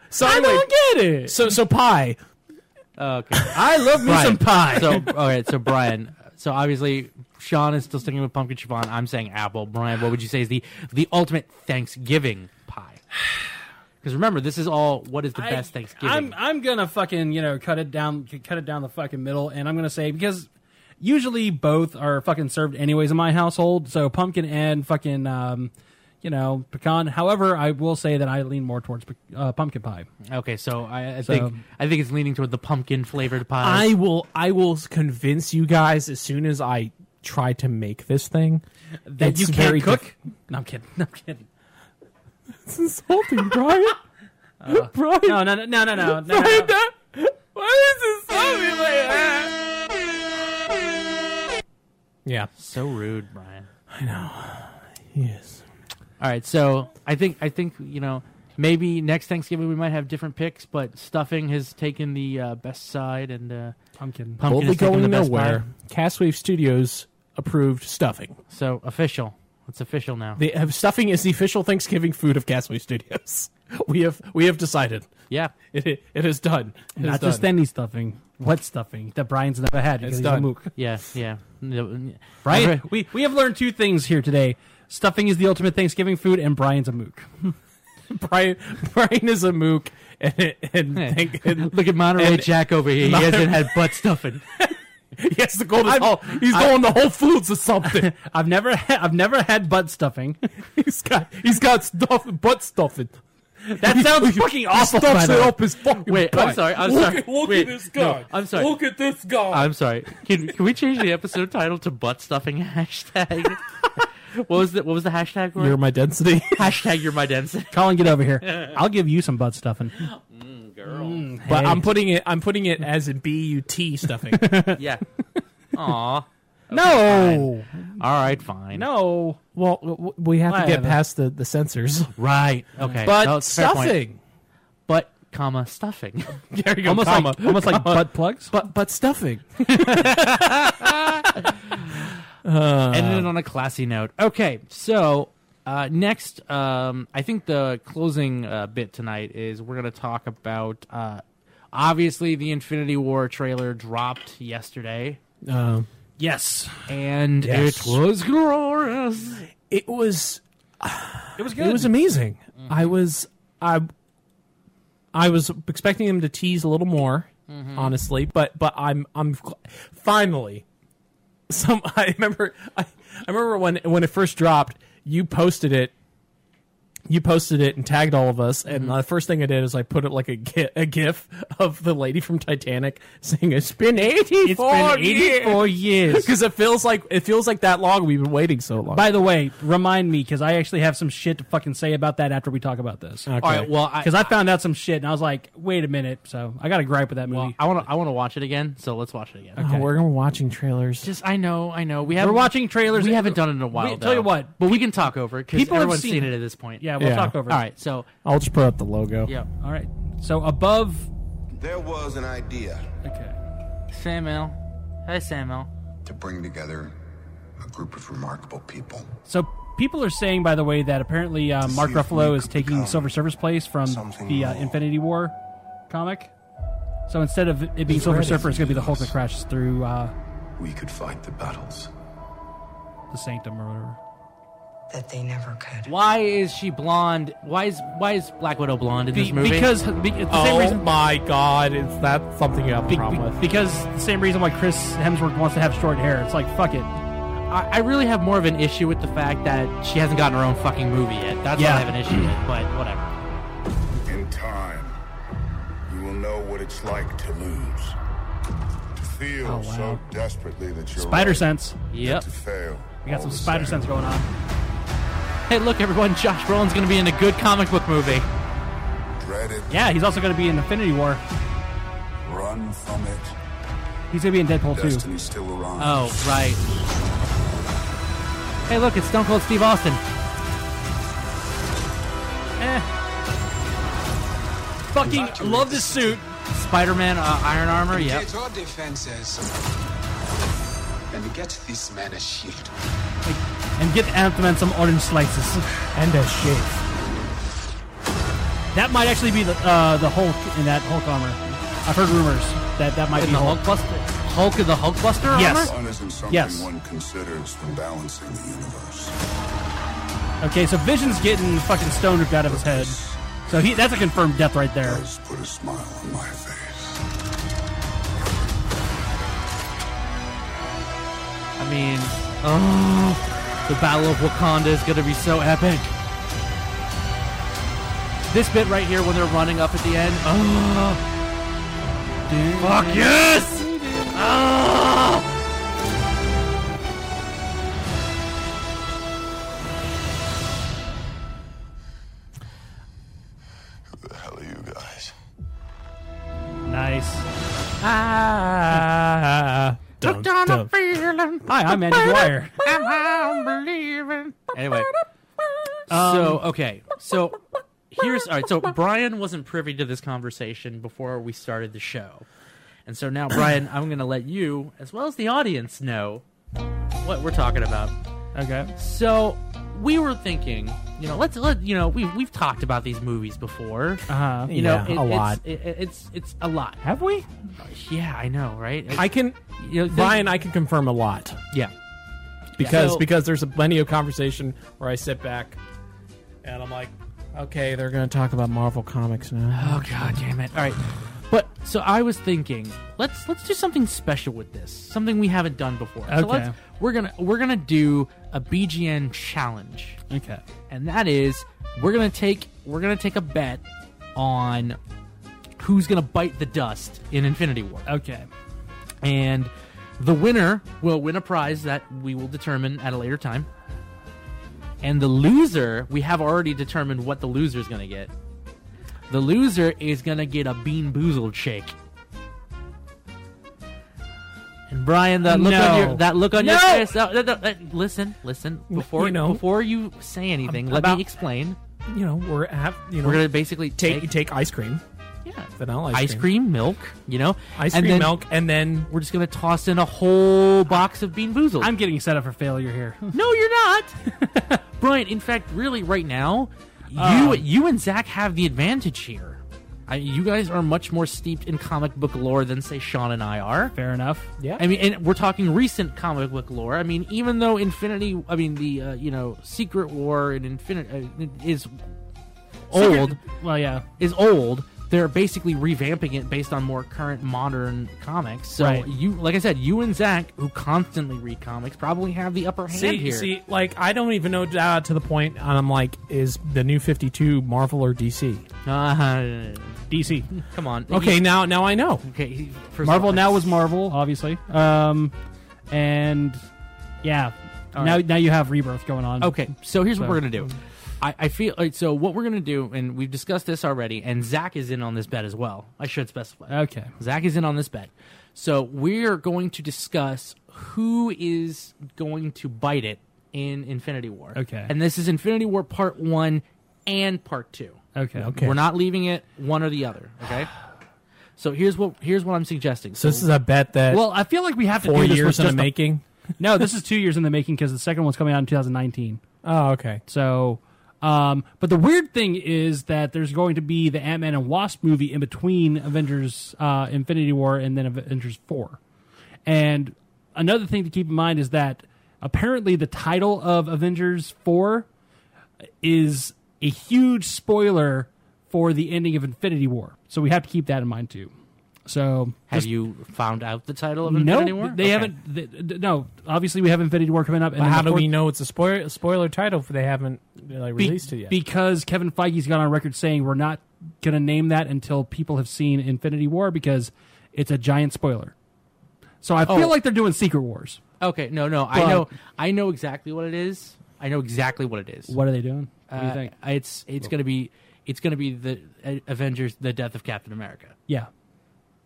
So
I
anyway,
don't get it.
so so pie.
Okay.
I love me some pie.
So, all right. So, Brian. So, obviously, Sean is still sticking with pumpkin chiffon. I'm saying apple. Brian, what would you say is the the ultimate Thanksgiving pie? Because remember, this is all what is the best Thanksgiving.
I'm I'm gonna fucking you know cut it down cut it down the fucking middle, and I'm gonna say because usually both are fucking served anyways in my household. So pumpkin and fucking um, you know pecan. However, I will say that I lean more towards pe- uh, pumpkin pie.
okay, so I, I think I think it's leaning toward the pumpkin flavored pie.
I will I will convince you guys as soon as I try to make this thing
That
It's
you
very
can't cook? no, I'm kidding. No, I'm kidding.
It's insulting, Brian. Brian,
No, no, no, no, no, no. no,
Brian,
no.
that- why is it insulting like that? Yeah.
so rude, Brian.
Yes.
All right, so I think I think you know maybe next Thanksgiving we might have different picks, but stuffing has taken the uh, best side, and uh,
Pumpkin.
pumpkin
Boldly
is taking
going
the best
nowhere.
pie.
Castwave Studios approved stuffing.
So official, it's official now.
The uh, stuffing is the official Thanksgiving food of Castwave Studios. We have we have decided.
yeah,
It it, it is done. It is
Not
done.
just any stuffing. What stuffing that Brian's never had because he's a
done.
mook.
yeah, yeah. No,
Brian,
every-
we, we have learned two things here today. Stuffing is the ultimate Thanksgiving food, and Brian's a mook.
Brian Brian is a mook and and, and, and
Look at Monterey
and-
Jack over here. He
Monterey-
hasn't had butt stuffing.
Yes, the gold is all. He's going to Whole Foods or something.
I've never ha- I've never had butt stuffing.
he's got he's got stuff butt stuffing.
That sounds fucking awful.
Stuffs
by
it
the way.
up his fucking.
Wait, I'm
butt.
sorry. I'm
look,
sorry.
At, look
Wait,
at this guy.
no, I'm sorry.
Look at this guy.
I'm sorry. Can can we change the episode title to butt stuffing hashtag? what was the what was the hashtag? Roy?
You're my density.
hashtag. You're my density.
Colin, get over here. I'll give you some butt stuffing.
but I'm putting it. I'm putting it as a B U T stuffing.
Yeah. Aw.
no,
All right. Fine.
no.
well, w- we have to get
Whatever.
past the the censors.
Right. Okay.
But
uh, No, it's a fair point.
stuffing.
But comma stuffing.
There you go.
Almost
comma.
like almost like butt plugs.
but but stuffing.
Um,
Ended on a classy note. Okay. So. Uh, next, um, I think the closing uh, bit tonight is we're going to talk about uh, obviously the Infinity War trailer dropped yesterday.
Um,
Yes,
and
Yes.
it was glorious.
it was
it was
It was amazing. I was I I was expecting him to tease a little more, honestly, but but I'm I'm gl- finally some I remember I, I remember when when it first dropped, you posted it you posted it and tagged all of us and the first thing I did is I put it like a gif, a gif of the lady from Titanic saying it's been 84 years
Eighty-four years.
because it feels like it feels like that long we've been waiting so long.
By the way, remind me because I actually have some shit to fucking say about that after we talk about this.
Okay.
All right, well, I,
Because I found out some shit and I was like, wait a minute. So I got a gripe with that
well,
movie.
I want to, I want to watch it again. So let's watch it again. Um,
Oh, we're gonna watching trailers.
Just, I know, I know. We have
We're watching trailers.
We haven't done it in a while.
We- tell you
though.
what,
but we can talk over it because
people have
everyone's
seen
seen
it.
it at this point.
yeah, we'll
Yeah.
talk over.
All
it.
right. So
I'll just put up the logo.
yeah,
All right. So above.
There was an idea
Okay.
Samuel. Hey, Samuel.
to bring together a group of remarkable people.
So people are saying, by the way, that apparently uh, Mark
see if we
Ruffalo is
could
taking
become
Silver Surfer's place from
something
the uh,
more.
Infinity War comic. So instead of it being Silver Surfer, it's going to be the Hulk that crashes through uh,
We could fight the battles.
the Sanctum or whatever.
that they never could.
Why is she blonde? Why is why is Black Widow blonde in this movie?
Because be, it's the same
Oh
reason.
my god, is that something you have a
be-
problem
be-
with?
because the same reason why Chris Hemsworth wants to have short hair. It's like fuck it.
I, I really have more of an issue with the fact that she hasn't gotten her own fucking movie yet. That's
Yeah.
what I have an issue with. But whatever.
In time, you will know what it's like to lose. To feel
Oh, wow.
so desperately that you're
Spider
right,
sense.
Yep.
To fail.
We got
all
some
the
spider
same.
sense going on.
Hey, look, everyone. Josh Brolin's going to be in a good comic book movie.
Dread it.
Yeah, he's also going to be in Infinity War.
Run from it.
He's going to be in Deadpool too.
Destiny still around.
Oh, right. Hey, look, it's Stone Cold Steve Austin.
Eh. Fucking love this suit.
Spider Man uh, Iron Armor, yep.
all defenses. And to get this man a shield.
and get Antman some orange slices
and a shake.
That might actually be the uh, the Hulk in that Hulk armor. I've heard rumors that that might
In
be
the
Hulk.
Hulkbuster? Hulk in the Hulkbuster
Yes.
armor?
Fun isn't something
Yes.
one considers when balancing the universe.
Okay, so Vision's getting fucking stone ripped out of his head. So he that's a confirmed death right there.
Does put a smile on my face.
I mean, oh, the Battle of Wakanda is going to be so epic. This bit right here when they're running up at the end. Oh, fuck yes! Oh!
Who the hell are you guys?
Nice.
Ah,
Took down a feeling.
Hi, I'm Andy Dwyer.
And I'm believing. Anyway. so, okay. So, here's. All right. So, Brian wasn't privy to this conversation before we started the show. And so now, Brian, I'm going to let you, as well as the audience, know what we're talking about.
Okay.
So, we were thinking, you know, let's let you know, we've we've talked about these movies before.
Uh-huh.
You
Yeah,
know, it-
a lot.
It's, it, it's it's a lot.
Have we?
Yeah, I know, right?
I can,
you know, they-
Brian. I can confirm a lot
yeah.
because
So-
because there's a plenty of conversation where I sit back and I'm like, okay, they're gonna talk about Marvel comics now.
Oh god damn it. Alright. But so I was thinking, let's let's do something special with this. Something we haven't done before. So
Okay.
let's we're gonna we're gonna do a BGN challenge.
Okay.
And that is we're gonna take we're gonna take a bet on who's gonna bite the dust in Infinity War.
Okay.
And the winner will win a prize that we will determine at a later time. And the loser, we have already determined what the loser is going to get. The loser is going to get a Bean Boozled shake. And Brian, that look on
No.
your that look on your
No.
face. that- that- that- that- listen, listen. Before
you know.
before you say anything, let
about-
me explain.
You know, we're have you know
We're gonna basically
take
take,
you take ice cream,
yeah,
vanilla ice,
ice
cream.
cream, milk. You know,
ice
and
cream,
then
milk, and then
We're just gonna toss in a whole box of Bean Boozled.
I'm getting set up for failure here.
No, you're not, Brian. In fact, really, right now, you you and Zach have the advantage here. I, you guys are much more steeped in comic book lore than say Sean and I are.
Fair enough.
yeah.
I mean, and we're talking recent comic book lore. I mean, even though Infinity, I mean the uh, you know Secret War and Infinity uh, is old
Well, yeah.
is old. They're basically revamping it based on more current modern comics. So
Right.
you, like I said, you and Zach, who constantly read comics, probably have the upper hand
See,
here.
see, like I don't even know uh, to the point. I'm like, is the new Fifty Two Marvel or DC?
Uh,
DC.
come on.
Okay, now now I know.
Okay. he- first
Marvel
of all,
now was Marvel, obviously. Um, and yeah, now now you have Rebirth going on.
Okay. So here's what we're gonna do. I, I feel all right, so. What we're gonna do, and we've discussed this already, and Zach is in on this bet as well. I should specify.
Okay.
Zach is in on this bet. So we're going to discuss who is going to bite it in Infinity War.
Okay.
And this is Infinity War Part One and Part Two.
Okay.
Okay.
We're not leaving it one or the other. Okay. So here's what here's what I'm suggesting.
So this is a bet that
Well, I feel like we have to
four
do this
years
with
in the
just a-
making.
no, this is two years in the making because the second one's coming out in 2019.
Oh, okay.
So, um, but the weird thing is that there's going to be the Ant Man and Wasp movie in between Avengers uh, Infinity War and then Avengers 4. And another thing to keep in mind is that apparently the title of Avengers 4 is a huge spoiler for the ending of Infinity War. So we have to keep that in mind too. So
Have
just-
you found out the title of
no,
Infinity War?
they
Okay.
haven't. They, th- no, obviously we have Infinity War coming up. And
But
then
how do
the fourth-
we know it's a spoiler spoiler title if they haven't uh, like,
Be-
released it yet?
Because Kevin Feige's gone on record saying we're not going to name that until people have seen Infinity War because it's a giant spoiler. So I
Oh.
feel like they're doing Secret Wars.
Okay, no, no, I
But-
know, I know exactly what it is. I know exactly what it is.
What are they doing? What do you
Uh,
think?
It's it's gonna be it's gonna be the uh, Avengers, the death of Captain America.
Yeah.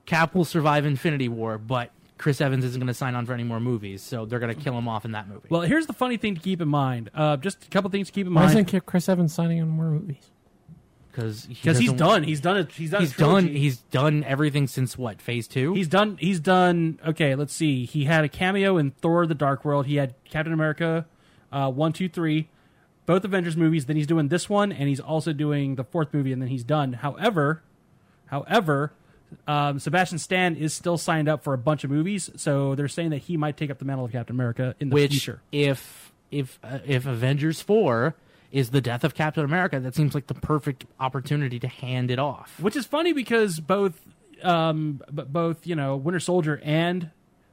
Cap will survive Infinity War, but Chris Evans isn't gonna sign on for any more movies, so they're gonna kill him off in that movie.
Well, here's the funny thing to keep in mind. Uh, just a couple things to keep in
Why
mind.
isn't Chris Evans signing on more movies?
because
Because he's done. He's done. A, he's done. a
He's done.
trilogy.
He's done everything since what Phase Two.
He's done. He's done. Okay, let's see. He had a cameo in Thor: The Dark World. He had Captain America, uh, one, two, three, both Avengers movies. Then he's doing this one, and he's also doing the fourth movie, and then he's done. However, however, um, Sebastian Stan is still signed up for a bunch of movies, so they're saying that he might take up the mantle of Captain America in the
Which,
future.
if if uh, if Avengers four is the death of Captain America, that seems like the perfect opportunity to hand it off.
Which is funny because both, um, b- both you know, Winter Soldier and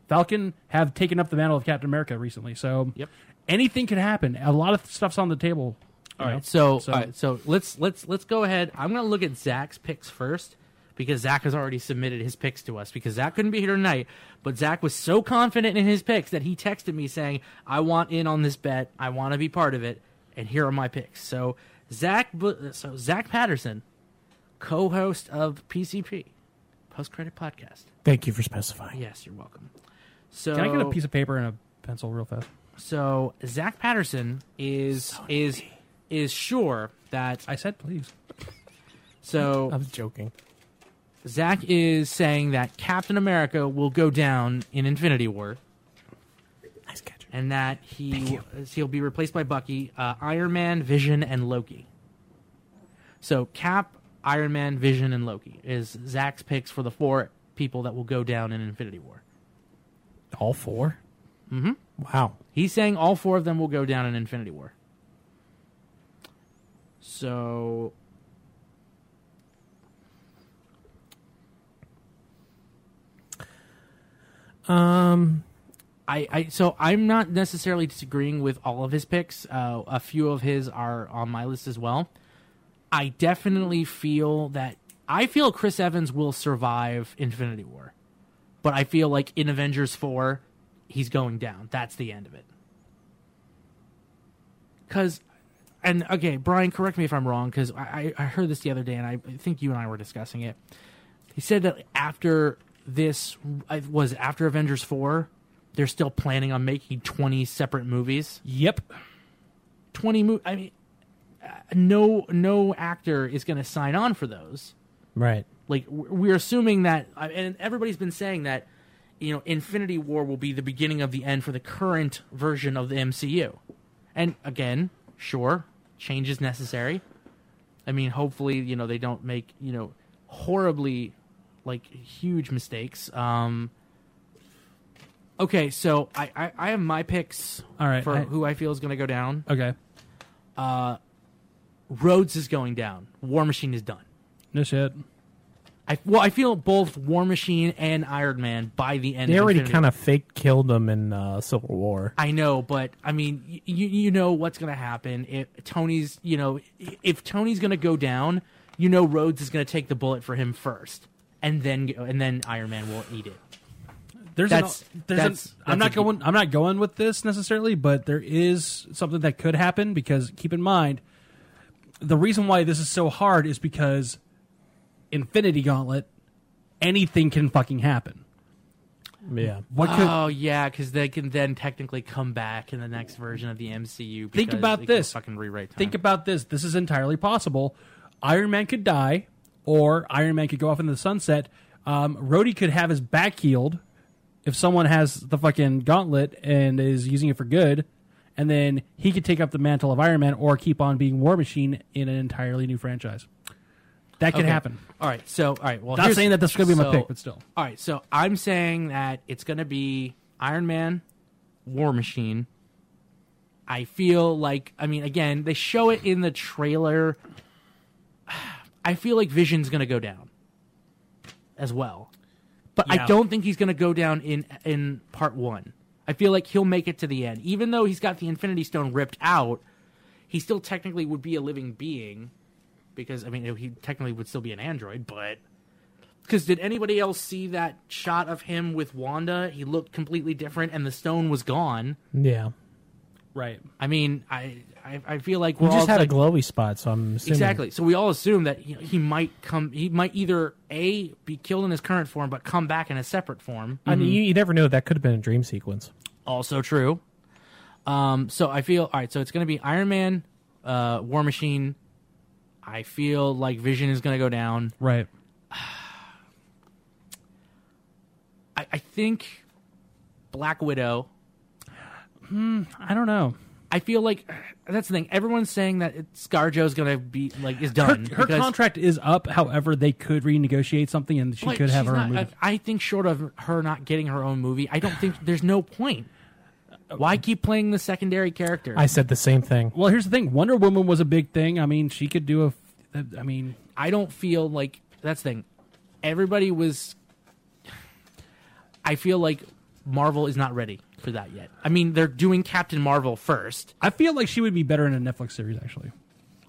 Falcon have taken up the mantle of Captain America recently. So
Yep.
anything can happen. A lot of stuff's on the table. you
All
know?
right, so all right, so let's let's let's go ahead. I'm gonna look at Zach's picks first because Zach has already submitted his picks to us because Zach couldn't be here tonight. But Zach was so confident in his picks that he texted me saying, "I want in on this bet. I want to be part of it." And here are my picks. So Zach, Bu- uh, so Zach Patterson, co-host of PCP, Post Credit Podcast.
Thank you for specifying.
Yes, you're welcome. So
can I get a piece of paper and a pencil real fast?
so Zach Patterson is is is sure that
I um, said please.
So
I was joking.
Zach is saying that Captain America will go down in Infinity War,
Nice catch.
and that he he'll be replaced by Bucky, uh, Iron Man, Vision, and Loki. So Cap, Iron Man, Vision, and Loki is Zach's picks for the four people that will go down in Infinity War.
All 4 Mm-hmm. Wow.
He's saying all four of them will go down in Infinity War. So.
Um,
I, I so I'm not necessarily disagreeing with all of his picks. Uh, a few of his are on my list as well. I definitely feel that I feel Chris Evans will survive Infinity War, but I feel like in Avengers four, he's going down. That's the end of it. Because, and okay, Brian, correct me if I'm wrong. Because I, I I heard this the other day, and I think you and I were discussing it. He said that after this I- was it after Avengers four, they're still planning on making twenty separate movies.
Yep.
Twenty mo- I mean, uh, no, no actor is going to sign on for those.
right.
Like w- we're assuming that, I- and everybody's been saying that, you know, Infinity War will be the beginning of the end for the current version of the MCU. And again, sure, change is necessary. I mean, hopefully, you know, they don't make you know horribly like huge mistakes. Um, okay, so I, I I have my picks.
All right,
for
I-
who I feel is going to go down. Uh,
Okay.
Rhodes is going down. War Machine is done.
No shit.
I well, I feel both War Machine and Iron Man by the end.
They
of
already
Infinity
kind of fake killed them in uh, Civil War.
I know, but I mean, y- you you know what's gonna happen if Tony's you know i- if Tony's gonna go down, you know Rhodes is gonna take the bullet for him first, and then and then Iron Man will eat it.
There's
That's-
an, there's an-
that's-
I'm not
that's a-
going I'm not going with this necessarily, but there is something that could happen because keep in mind the reason why this is so hard is because Infinity Gauntlet anything can fucking happen.
Yeah.
What could
Oh yeah, because they can then technically come back in the next version of the MCU.
Think
because
about
it can
this.
fucking rewrite. Time.
think about this. This is entirely possible. Iron Man could die, or Iron Man could go off into the sunset. Um, Rhodey could have his back healed if someone has the fucking gauntlet and is using it for good, and then he could take up the mantle of Iron Man or keep on being War Machine in an entirely new franchise. That could
Okay.
happen.
All right, so all right. Well,
Not
here's-
saying that this is gonna be my
so-
pick, but still.
All right, so I'm saying that it's gonna be Iron Man, War Machine. I feel like I mean, again, they show it in the trailer. I feel like Vision's gonna go down as well, but I
Yeah.
don't think he's gonna go down in in part one. I feel like he'll make it to the end, even though he's got the Infinity Stone ripped out. He still technically would be a living being because I mean he technically would still be an android, but because did anybody else see that shot of him with Wanda? He looked completely different, and the stone was gone.
Yeah.
Right.
I mean, I I, I feel like
We
we're all
just had
like-
a glowy spot, so I'm assuming.
exactly. So we all assume that you know, he might come. He might either a be killed in his current form, but come back in a separate form.
I mean, you, you never know. That could have been a dream sequence.
Also true. Um, so I feel all right. So it's going to be Iron Man, uh, War Machine. I feel like Vision is going to go down.
Right.
I, I think Black Widow.
I don't know.
I I feel like that's the thing. Everyone's saying that it, ScarJo's gonna be like is done.
Her, her
because-
contract is up. However, they could renegotiate something, and she
But
could have
she's
her own
not-
movie.
I, I think short of her not getting her own movie, I don't think there's no point.
Uh,
Why keep playing the secondary character?
I said the same thing.
Well, here's the thing: Wonder Woman was a big thing. I mean, she could do a. f- I mean,
I don't feel like that's the thing. Everybody was. I feel like Marvel is not ready for that yet. I mean, they're doing Captain Marvel first.
I feel like she would be better in a Netflix series, actually.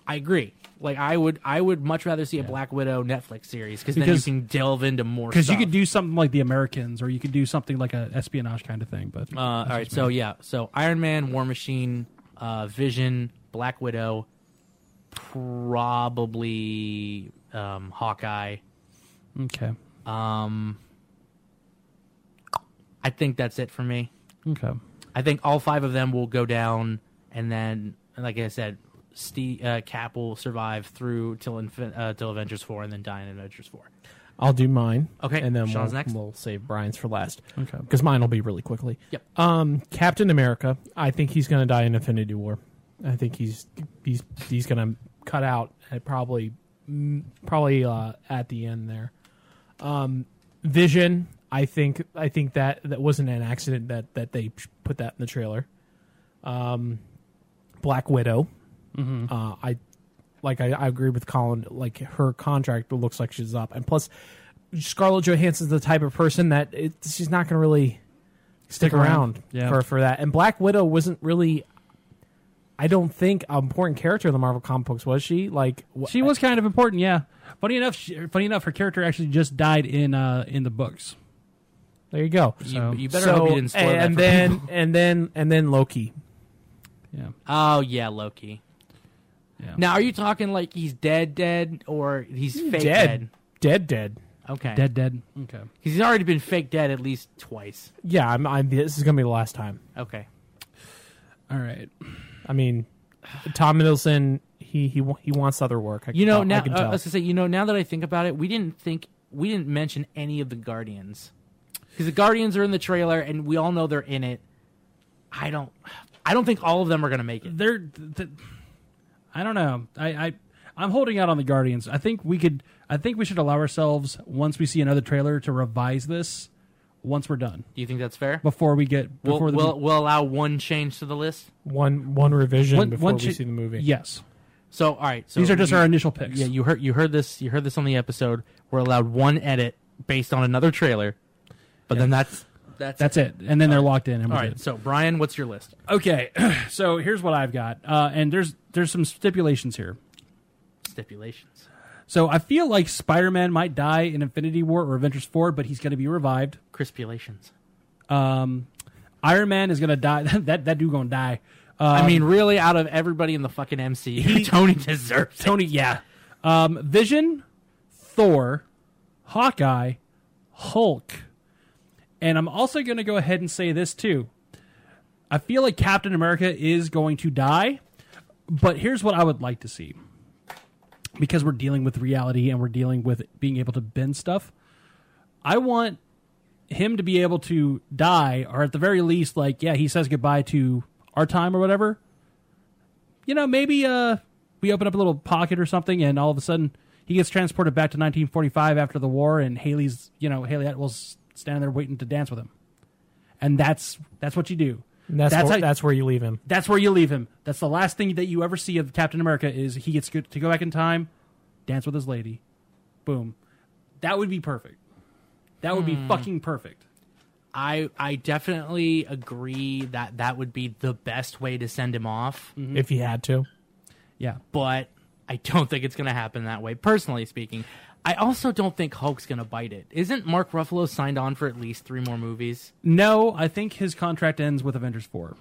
I agree. Like I would, I would much rather see a Black Widow Netflix series because then you
Because-
can delve into more.
Because
Because
you could do something like The Americans, or you could do something like a espionage kind of thing. But
Uh, all right, so yeah, so Iron Man, War Machine, uh, Vision, Black Widow, probably um, Hawkeye.
okay,
Um, I think that's it for me.
okay,
I think all five of them will go down, and then, and like I said, Steve, uh, Cap will survive through till infin- uh, till Avengers four, and then die in Avengers four.
I'll do mine.
Okay,
and then
Sean's
we'll,
next.
we'll save Brian's for last.
Okay.
because mine will be really quickly.
Yep.
Um, Captain America. I think he's going to die in Infinity War. I think he's he's he's going to cut out at probably mm, probably uh, at the end there. Um, Vision. I think I think that that wasn't an accident that that they put that in the trailer. Um, Black Widow. Uh, I like I, I agree with Colin. Like her contract looks like she's up, and plus, Scarlett Johansson's the type of person that it, she's not going to really stick, around,
around. Yeah.
for for that. And Black Widow wasn't really. I don't think an important character in the Marvel comic books was she like wh-
she was kind of important. Yeah, funny enough, she, funny enough, her character actually just died in uh in the books.
There you go.
So-
you, you better
so
hope you didn't spoil
and,
that. for
then
people.
and then and then Loki.
Yeah,
oh yeah, Loki.
Yeah.
Now, are you talking like he's dead, dead, or he's fake
Dead.
dead?
Dead. Dead.
Okay,
dead, dead. Okay,
Because he's already been fake dead at least twice.
Yeah, I'm, I'm. This is gonna be the last time.
Okay,
all right.
I mean, Tom Middleton. He he wa- he wants other work. I can
you know
tell- I
now.
can
uh, I
tell.
was gonna say, you know, now that I think about it, we didn't think we didn't mention any of the Guardians because the Guardians are in the trailer and we all know they're in it. I don't. I don't think all of them are gonna make it.
They're, th- th- I don't know. I, I, I'm holding out on the Guardians. I think we could. I think we should allow ourselves once we see another trailer to revise this. Once we're done,
Do you think that's fair?
before we get
We'll,
before the
we'll, we'll allow one change to the list.
one one revision
One-
before
one
we
chi-
see the movie.
Yes,
So, all right. So
these are just
you-
our initial picks.
Yeah, you heard you heard this you heard this on the episode. We're allowed one edit based on another trailer, but then that's that's
That's it, and then they're locked in. And
All
we're
right.
good.
So, Brian, what's your list?
Okay, so here's what I've got, uh, and there's there's some stipulations here.
Stipulations.
So I feel like Spider-Man might die in Infinity War or Avengers Four, but he's going to be revived.
Crispulations.
Um, Iron Man is going to die. that that dude going to die.
I mean, really, out of everybody in the fucking MCU, Tony deserves it.
Tony, yeah. Um, Vision, Thor, Hawkeye, Hulk, and I'm also going to go ahead and say this too. I feel like Captain America is going to die, but here's what I would like to see. Because we're dealing with reality and we're dealing with being able to bend stuff, I want him to be able to die, or at the very least, like, yeah, he says goodbye to our time or whatever, you know, maybe uh, we open up a little pocket or something, and all of a sudden he gets transported back to 1945 after the war, and Haley's, you know, Haley Atwell's standing there waiting to dance with him, and that's that's what you do.
And that's where,
how-
that's where you leave him.
that's where you leave him. That's the last thing that you ever see of Captain America is he gets good to go back in time, dance with his lady, boom. That would be perfect. That would
Hmm.
be fucking perfect.
I I definitely agree that that would be the best way to send him off,
If he had to,
Yeah.
but I don't think it's going to happen that way. Personally speaking, I also don't think Hulk's going to bite it. Isn't Mark Ruffalo signed on for at least three more movies?
No, I think his contract ends with Avengers Four.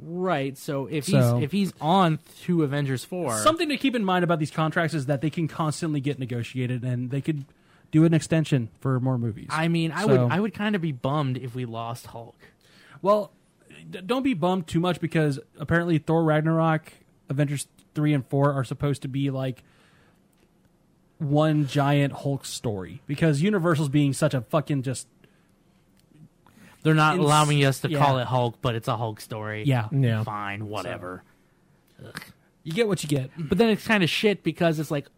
Right. So if
So-
he's if he's on to Avengers four,
Something to keep in mind about these contracts is that they can constantly get negotiated, and they could do an extension for more movies.
I mean, I
So-
would I would kind of be bummed if we lost Hulk.
Well, d- don't be bummed too much because apparently Thor Ragnarok, Avengers 3 and 4 are supposed to be like one giant Hulk story because Universal's being such a fucking just
They're not
Ins-
allowing us to
yeah.
call it Hulk, but it's a Hulk story.
Yeah. Yeah.
Fine, whatever. Ugh.
You get what you get.
But then it's kind of shit because it's like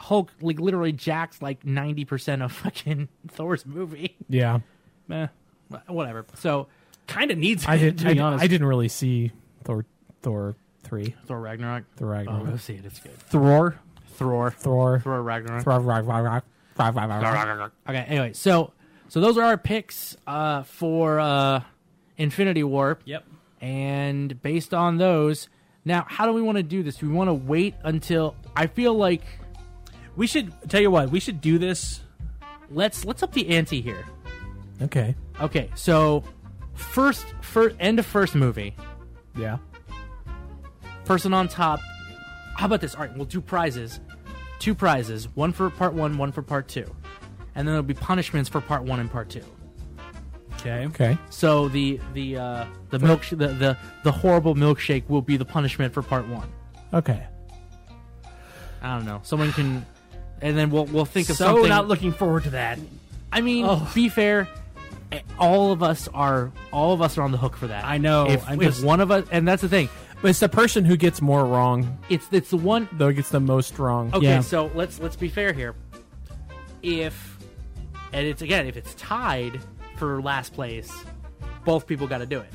Hulk, like literally jacks like ninety percent of fucking Thor's movie.
Yeah.
Meh.
Wh- Whatever. So
kind of needs.
I didn't.
to
I,
be
di-
honest.
I didn't really see Thor. Thor three.
Thor Ragnarok.
Thor Ragnarok.
Oh, go see it. It's good.
Thor.
Thor.
Thor.
Thor Ragnarok.
Thor. Ragnarok. Ragnarok. Ragnarok.
Okay. Anyway, so so those are our picks uh, for uh, Infinity War.
Yep.
And based on those, now how do we want to do this? Do we want to wait until I feel like
We should tell you what. We should do this.
let's let's up the ante here.
Okay.
Okay, so first first end of first movie,
Yeah.
person on top. How about this? All right, we'll do prizes. Two prizes, one for part 1, one for part 2. And then there'll be punishments for part 1 and part 2.
Okay.
Okay.
So the the uh, the milk the, the the horrible milkshake will be the punishment for part one.
Okay.
I don't know. Someone can, and then we'll we'll think of
so
something.
not Oh. looking forward to that.
I mean, be fair. eh, All of us are all of us are on the hook for that.
I know,
If,
I'm
if
just-
one of us, and that's the thing,
But it's the person who gets more wrong,
it's it's the one.
though, gets the most wrong.
Okay,
Yeah.
so let's let's be fair here. If and it's again, if it's tied for last place, both people got to do it,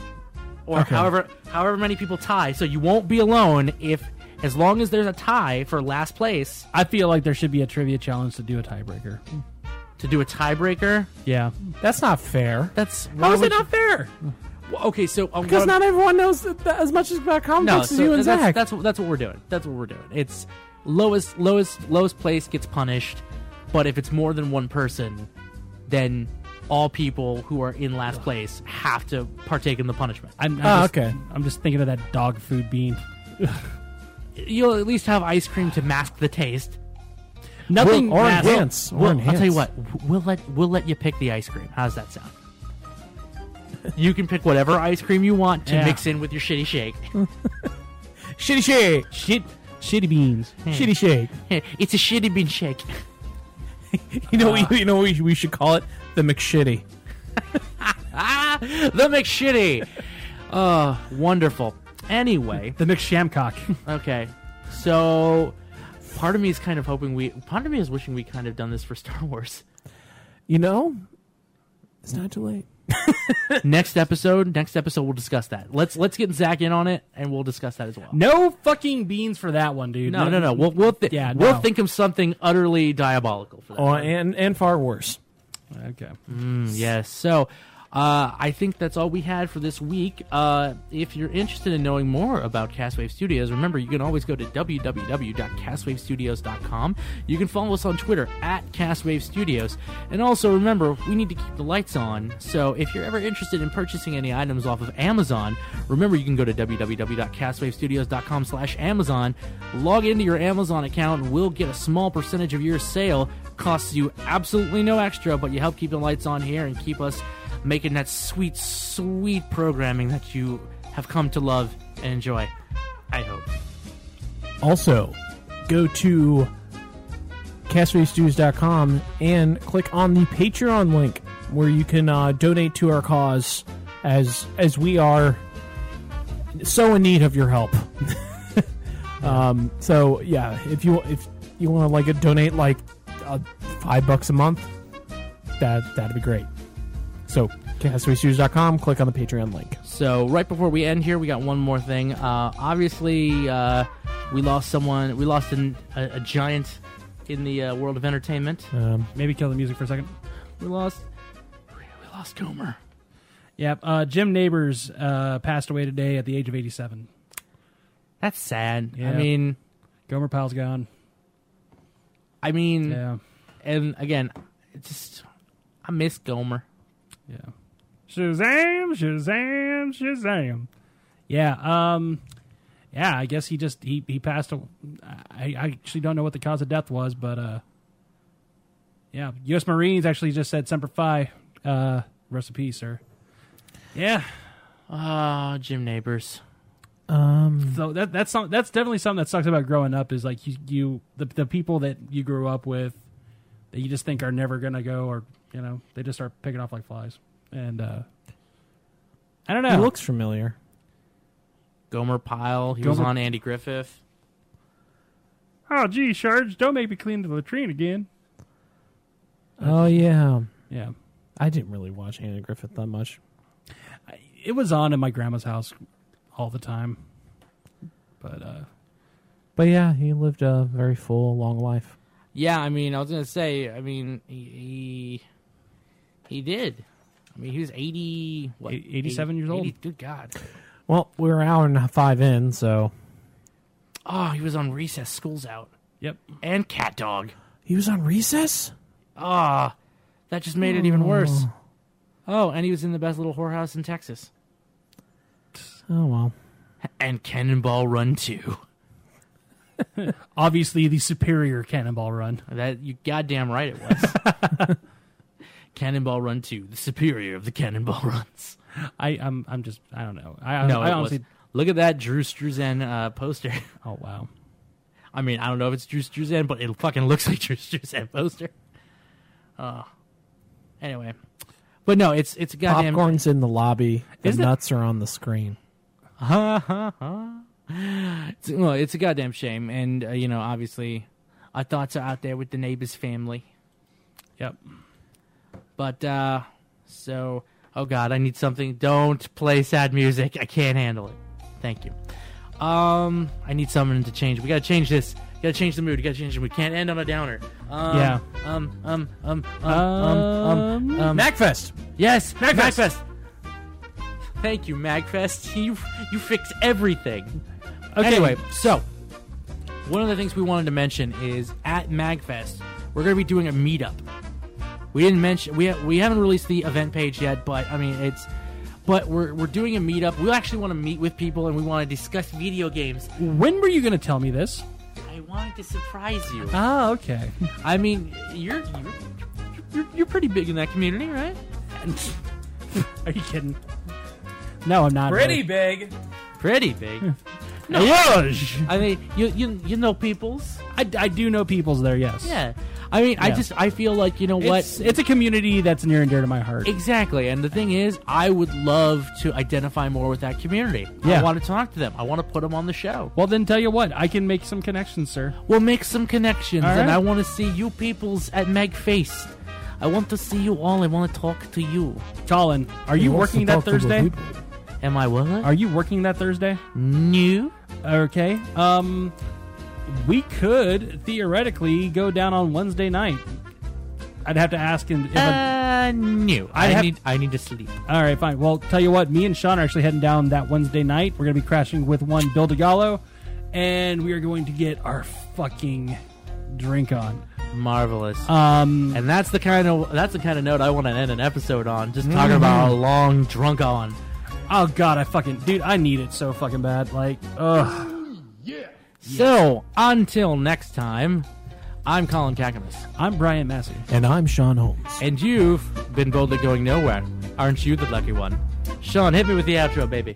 or
Okay.
however however many people tie. So you won't be alone if as long as there's a tie for last place
I feel like there should be a trivia challenge to do a tiebreaker.
to do a tiebreaker.
Yeah.
That's not fair.
That's
How is
why
it
would
not fair?
you- okay, so um,
Because
what-
not everyone knows that, that as much about comic
no,
books as
so
you and
that's,
Zach.
That's what that's what we're doing. That's what we're doing. It's lowest lowest lowest place gets punished, but if it's more than one person, then all people who are in last place have to partake in the punishment.
I'm, I'm
Oh,
just,
okay.
I'm just thinking of that dog food bean.
You'll at least have ice cream to mask the taste.
Nothing.
or
matters.
enhance. or
We'll- I'll
enhance.
tell you what. w- We'll let we'll let you pick the ice cream. How's that sound? you can pick whatever ice cream you want to
Yeah.
mix in with your shitty shake.
Shitty shake.
Shit. Shitty beans.
Shitty shake.
it's a shitty bean shake.
You know, we, you know, we, we should call it the McShitty.
Ah, the McShitty. Oh, wonderful. Anyway,
The McShamcock.
okay. So, part of me is kind of hoping we. Part of me is wishing we kind of done this for Star Wars.
You know, it's not too late.
next episode. Next episode, we'll discuss that. Let's let's get Zach in on it, and we'll discuss that as well.
no fucking beans for that one, dude.
no, no, no. We'll we'll, thi-
Yeah,
we'll
no.
think of something utterly diabolical for that.
Oh, and and far worse.
Okay. Mm.
Yes. So uh, I think that's all we had for this week. Uh, if you're interested in knowing more about Castwave Studios, remember you can always go to www.castwavestudios.com. You can follow us on Twitter at Castwave Studios. And also remember, we need to keep the lights on. So if you're ever interested in purchasing any items off of Amazon, remember you can go to www.castwavestudios.com slash Amazon, log into your Amazon account, and we'll get a small percentage of your sale costs you absolutely no extra, but you help keep the lights on here and keep us making that sweet, sweet programming that you have come to love and enjoy. I hope.
Also, go to castwavestudios.com and click on the Patreon link where you can uh, donate to our cause as as we are so in need of your help. um, so yeah, if you if you want to like donate like uh, five bucks a month, that that'd be great. So castwavestudios.com, click on the Patreon link.
So, right before we end here, we got one more thing. Uh, obviously, uh, we lost someone, we lost an, a, a giant in the uh, world of entertainment.
Um,
Maybe kill the music for a second.
We lost. We lost Gomer.
Yep. Uh, Jim Neighbors uh, passed away today at the age of 87.
That's sad. I
Yeah.
mean,
Gomer Powell's gone.
I mean,
Yeah.
and again, it's just I miss Gomer.
Yeah. Shazam, Shazam, Shazam. Yeah, um yeah, I guess he just he he passed a, I, I actually don't know what the cause of death was, but uh yeah, US Marines actually just said Semper Fi, uh rest in peace, sir. Yeah.
Ah, Jim Neighbors.
So that that's some, that's definitely something that sucks about growing up is like you, you the the people that you grew up with that you just think are never going to go or, you know, they just start picking off like flies. and uh, I don't know.
He looks familiar.
Gomer Pyle. He was
Gomer-
on Andy Griffith.
Oh, gee, Sarge, don't make me clean the latrine again.
Oh yeah,
yeah.
I didn't really watch Anna Griffith that much.
It was on in my grandma's house all the time, but uh,
But yeah, he lived a very full, long life.
Yeah, I mean, I was gonna say, I mean, he he, he did. I mean, he was eighty, what,
Eight- 87 years old.
Good God!
Well, we were an hour and five in, so
Oh, he was on recess. School's out.
Yep.
And cat dog.
he was on recess.
Ah, that just made it even worse. Oh, and he was in the best little whorehouse in Texas.
Oh well,
And Cannonball Run Two.
obviously the superior Cannonball Run.
That you goddamn right it was. Cannonball Run Two, the superior of the Cannonball Runs.
I, I'm, I'm just, I don't know. I,
No,
I
it
honestly,
was. Look at that Drew Struzan uh, poster.
oh wow,
I mean, I don't know if it's Drew Struzan, but it fucking looks like Drew Struzan poster. Uh, anyway, but no, it's it's a goddamn.
popcorn's in the lobby. The
Isn't it-
nuts are on the screen.
It's, well, it's a goddamn shame, and uh, you know, obviously, our thoughts are out there with the neighbor's family.
yep.
But uh, so, oh god, I need something. Don't play sad music. I can't handle it. Thank you. Um, I need something to change. We gotta change this. Gotta change the mood. Gotta change. it. We can't end on a downer. Um,
Yeah. Uh,
Um. Um. Um. Um. Um. Um. um
Macfest.
Yes, Magfest. Thank you, Magfest. You you fix everything.
Okay.
Anyway, so one of the things we wanted to mention is at Magfest, we're going to be doing a meetup. We didn't mention we we haven't released the event page yet, but I mean it's but we're we're doing a meetup. We actually want to meet with people and we want to discuss video games.
When were you going to tell me this?
I wanted to surprise you.
Ah, okay.
I mean, you're you're, you're, you're pretty big in that community, right?
Are you kidding? No, I'm not. really.
big. Pretty big.
Yes.
I mean, you you you know peoples.
I, I do know people's there. Yes.
Yeah. I mean, I
Yeah.
just I feel like you know what
It's, it's a community that's near and dear to my heart.
exactly. And the thing is, I would love to identify more with that community.
Yeah.
I want to talk to them. I want to put them on the show.
well, then tell you what, I can make some connections, sir.
We'll make some connections,
All
and
right.
I want to see you peoples at Magface. I want to see you all. I want to talk to you.
Colin, are you working that Thursday?
Am I what?
Are you working that Thursday?
new?
Okay. Um, we could theoretically go down on Wednesday night. I'd have to ask him. If I-
Uh, new. I,
I have-
need I need to sleep.
All right, fine. Well, tell you what, me and Sean are actually heading down that Wednesday night. We're going to be crashing with one Bill DeGallo, and we are going to get our fucking drink on.
Marvelous.
Um,
and that's the kind of that's the kind of note I want to end an episode on. Just
Mm-hmm.
talking about a long drunk on.
oh god, I fucking dude, I need it so fucking bad. Like, ugh.
So until next time, I'm Colin Kakamas,
I'm Brian Massey.
And I'm Sean Holmes.
and you've been boldly going nowhere. Aren't you the lucky one? Sean, hit me with the outro, baby.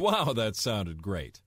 Wow, that sounded great.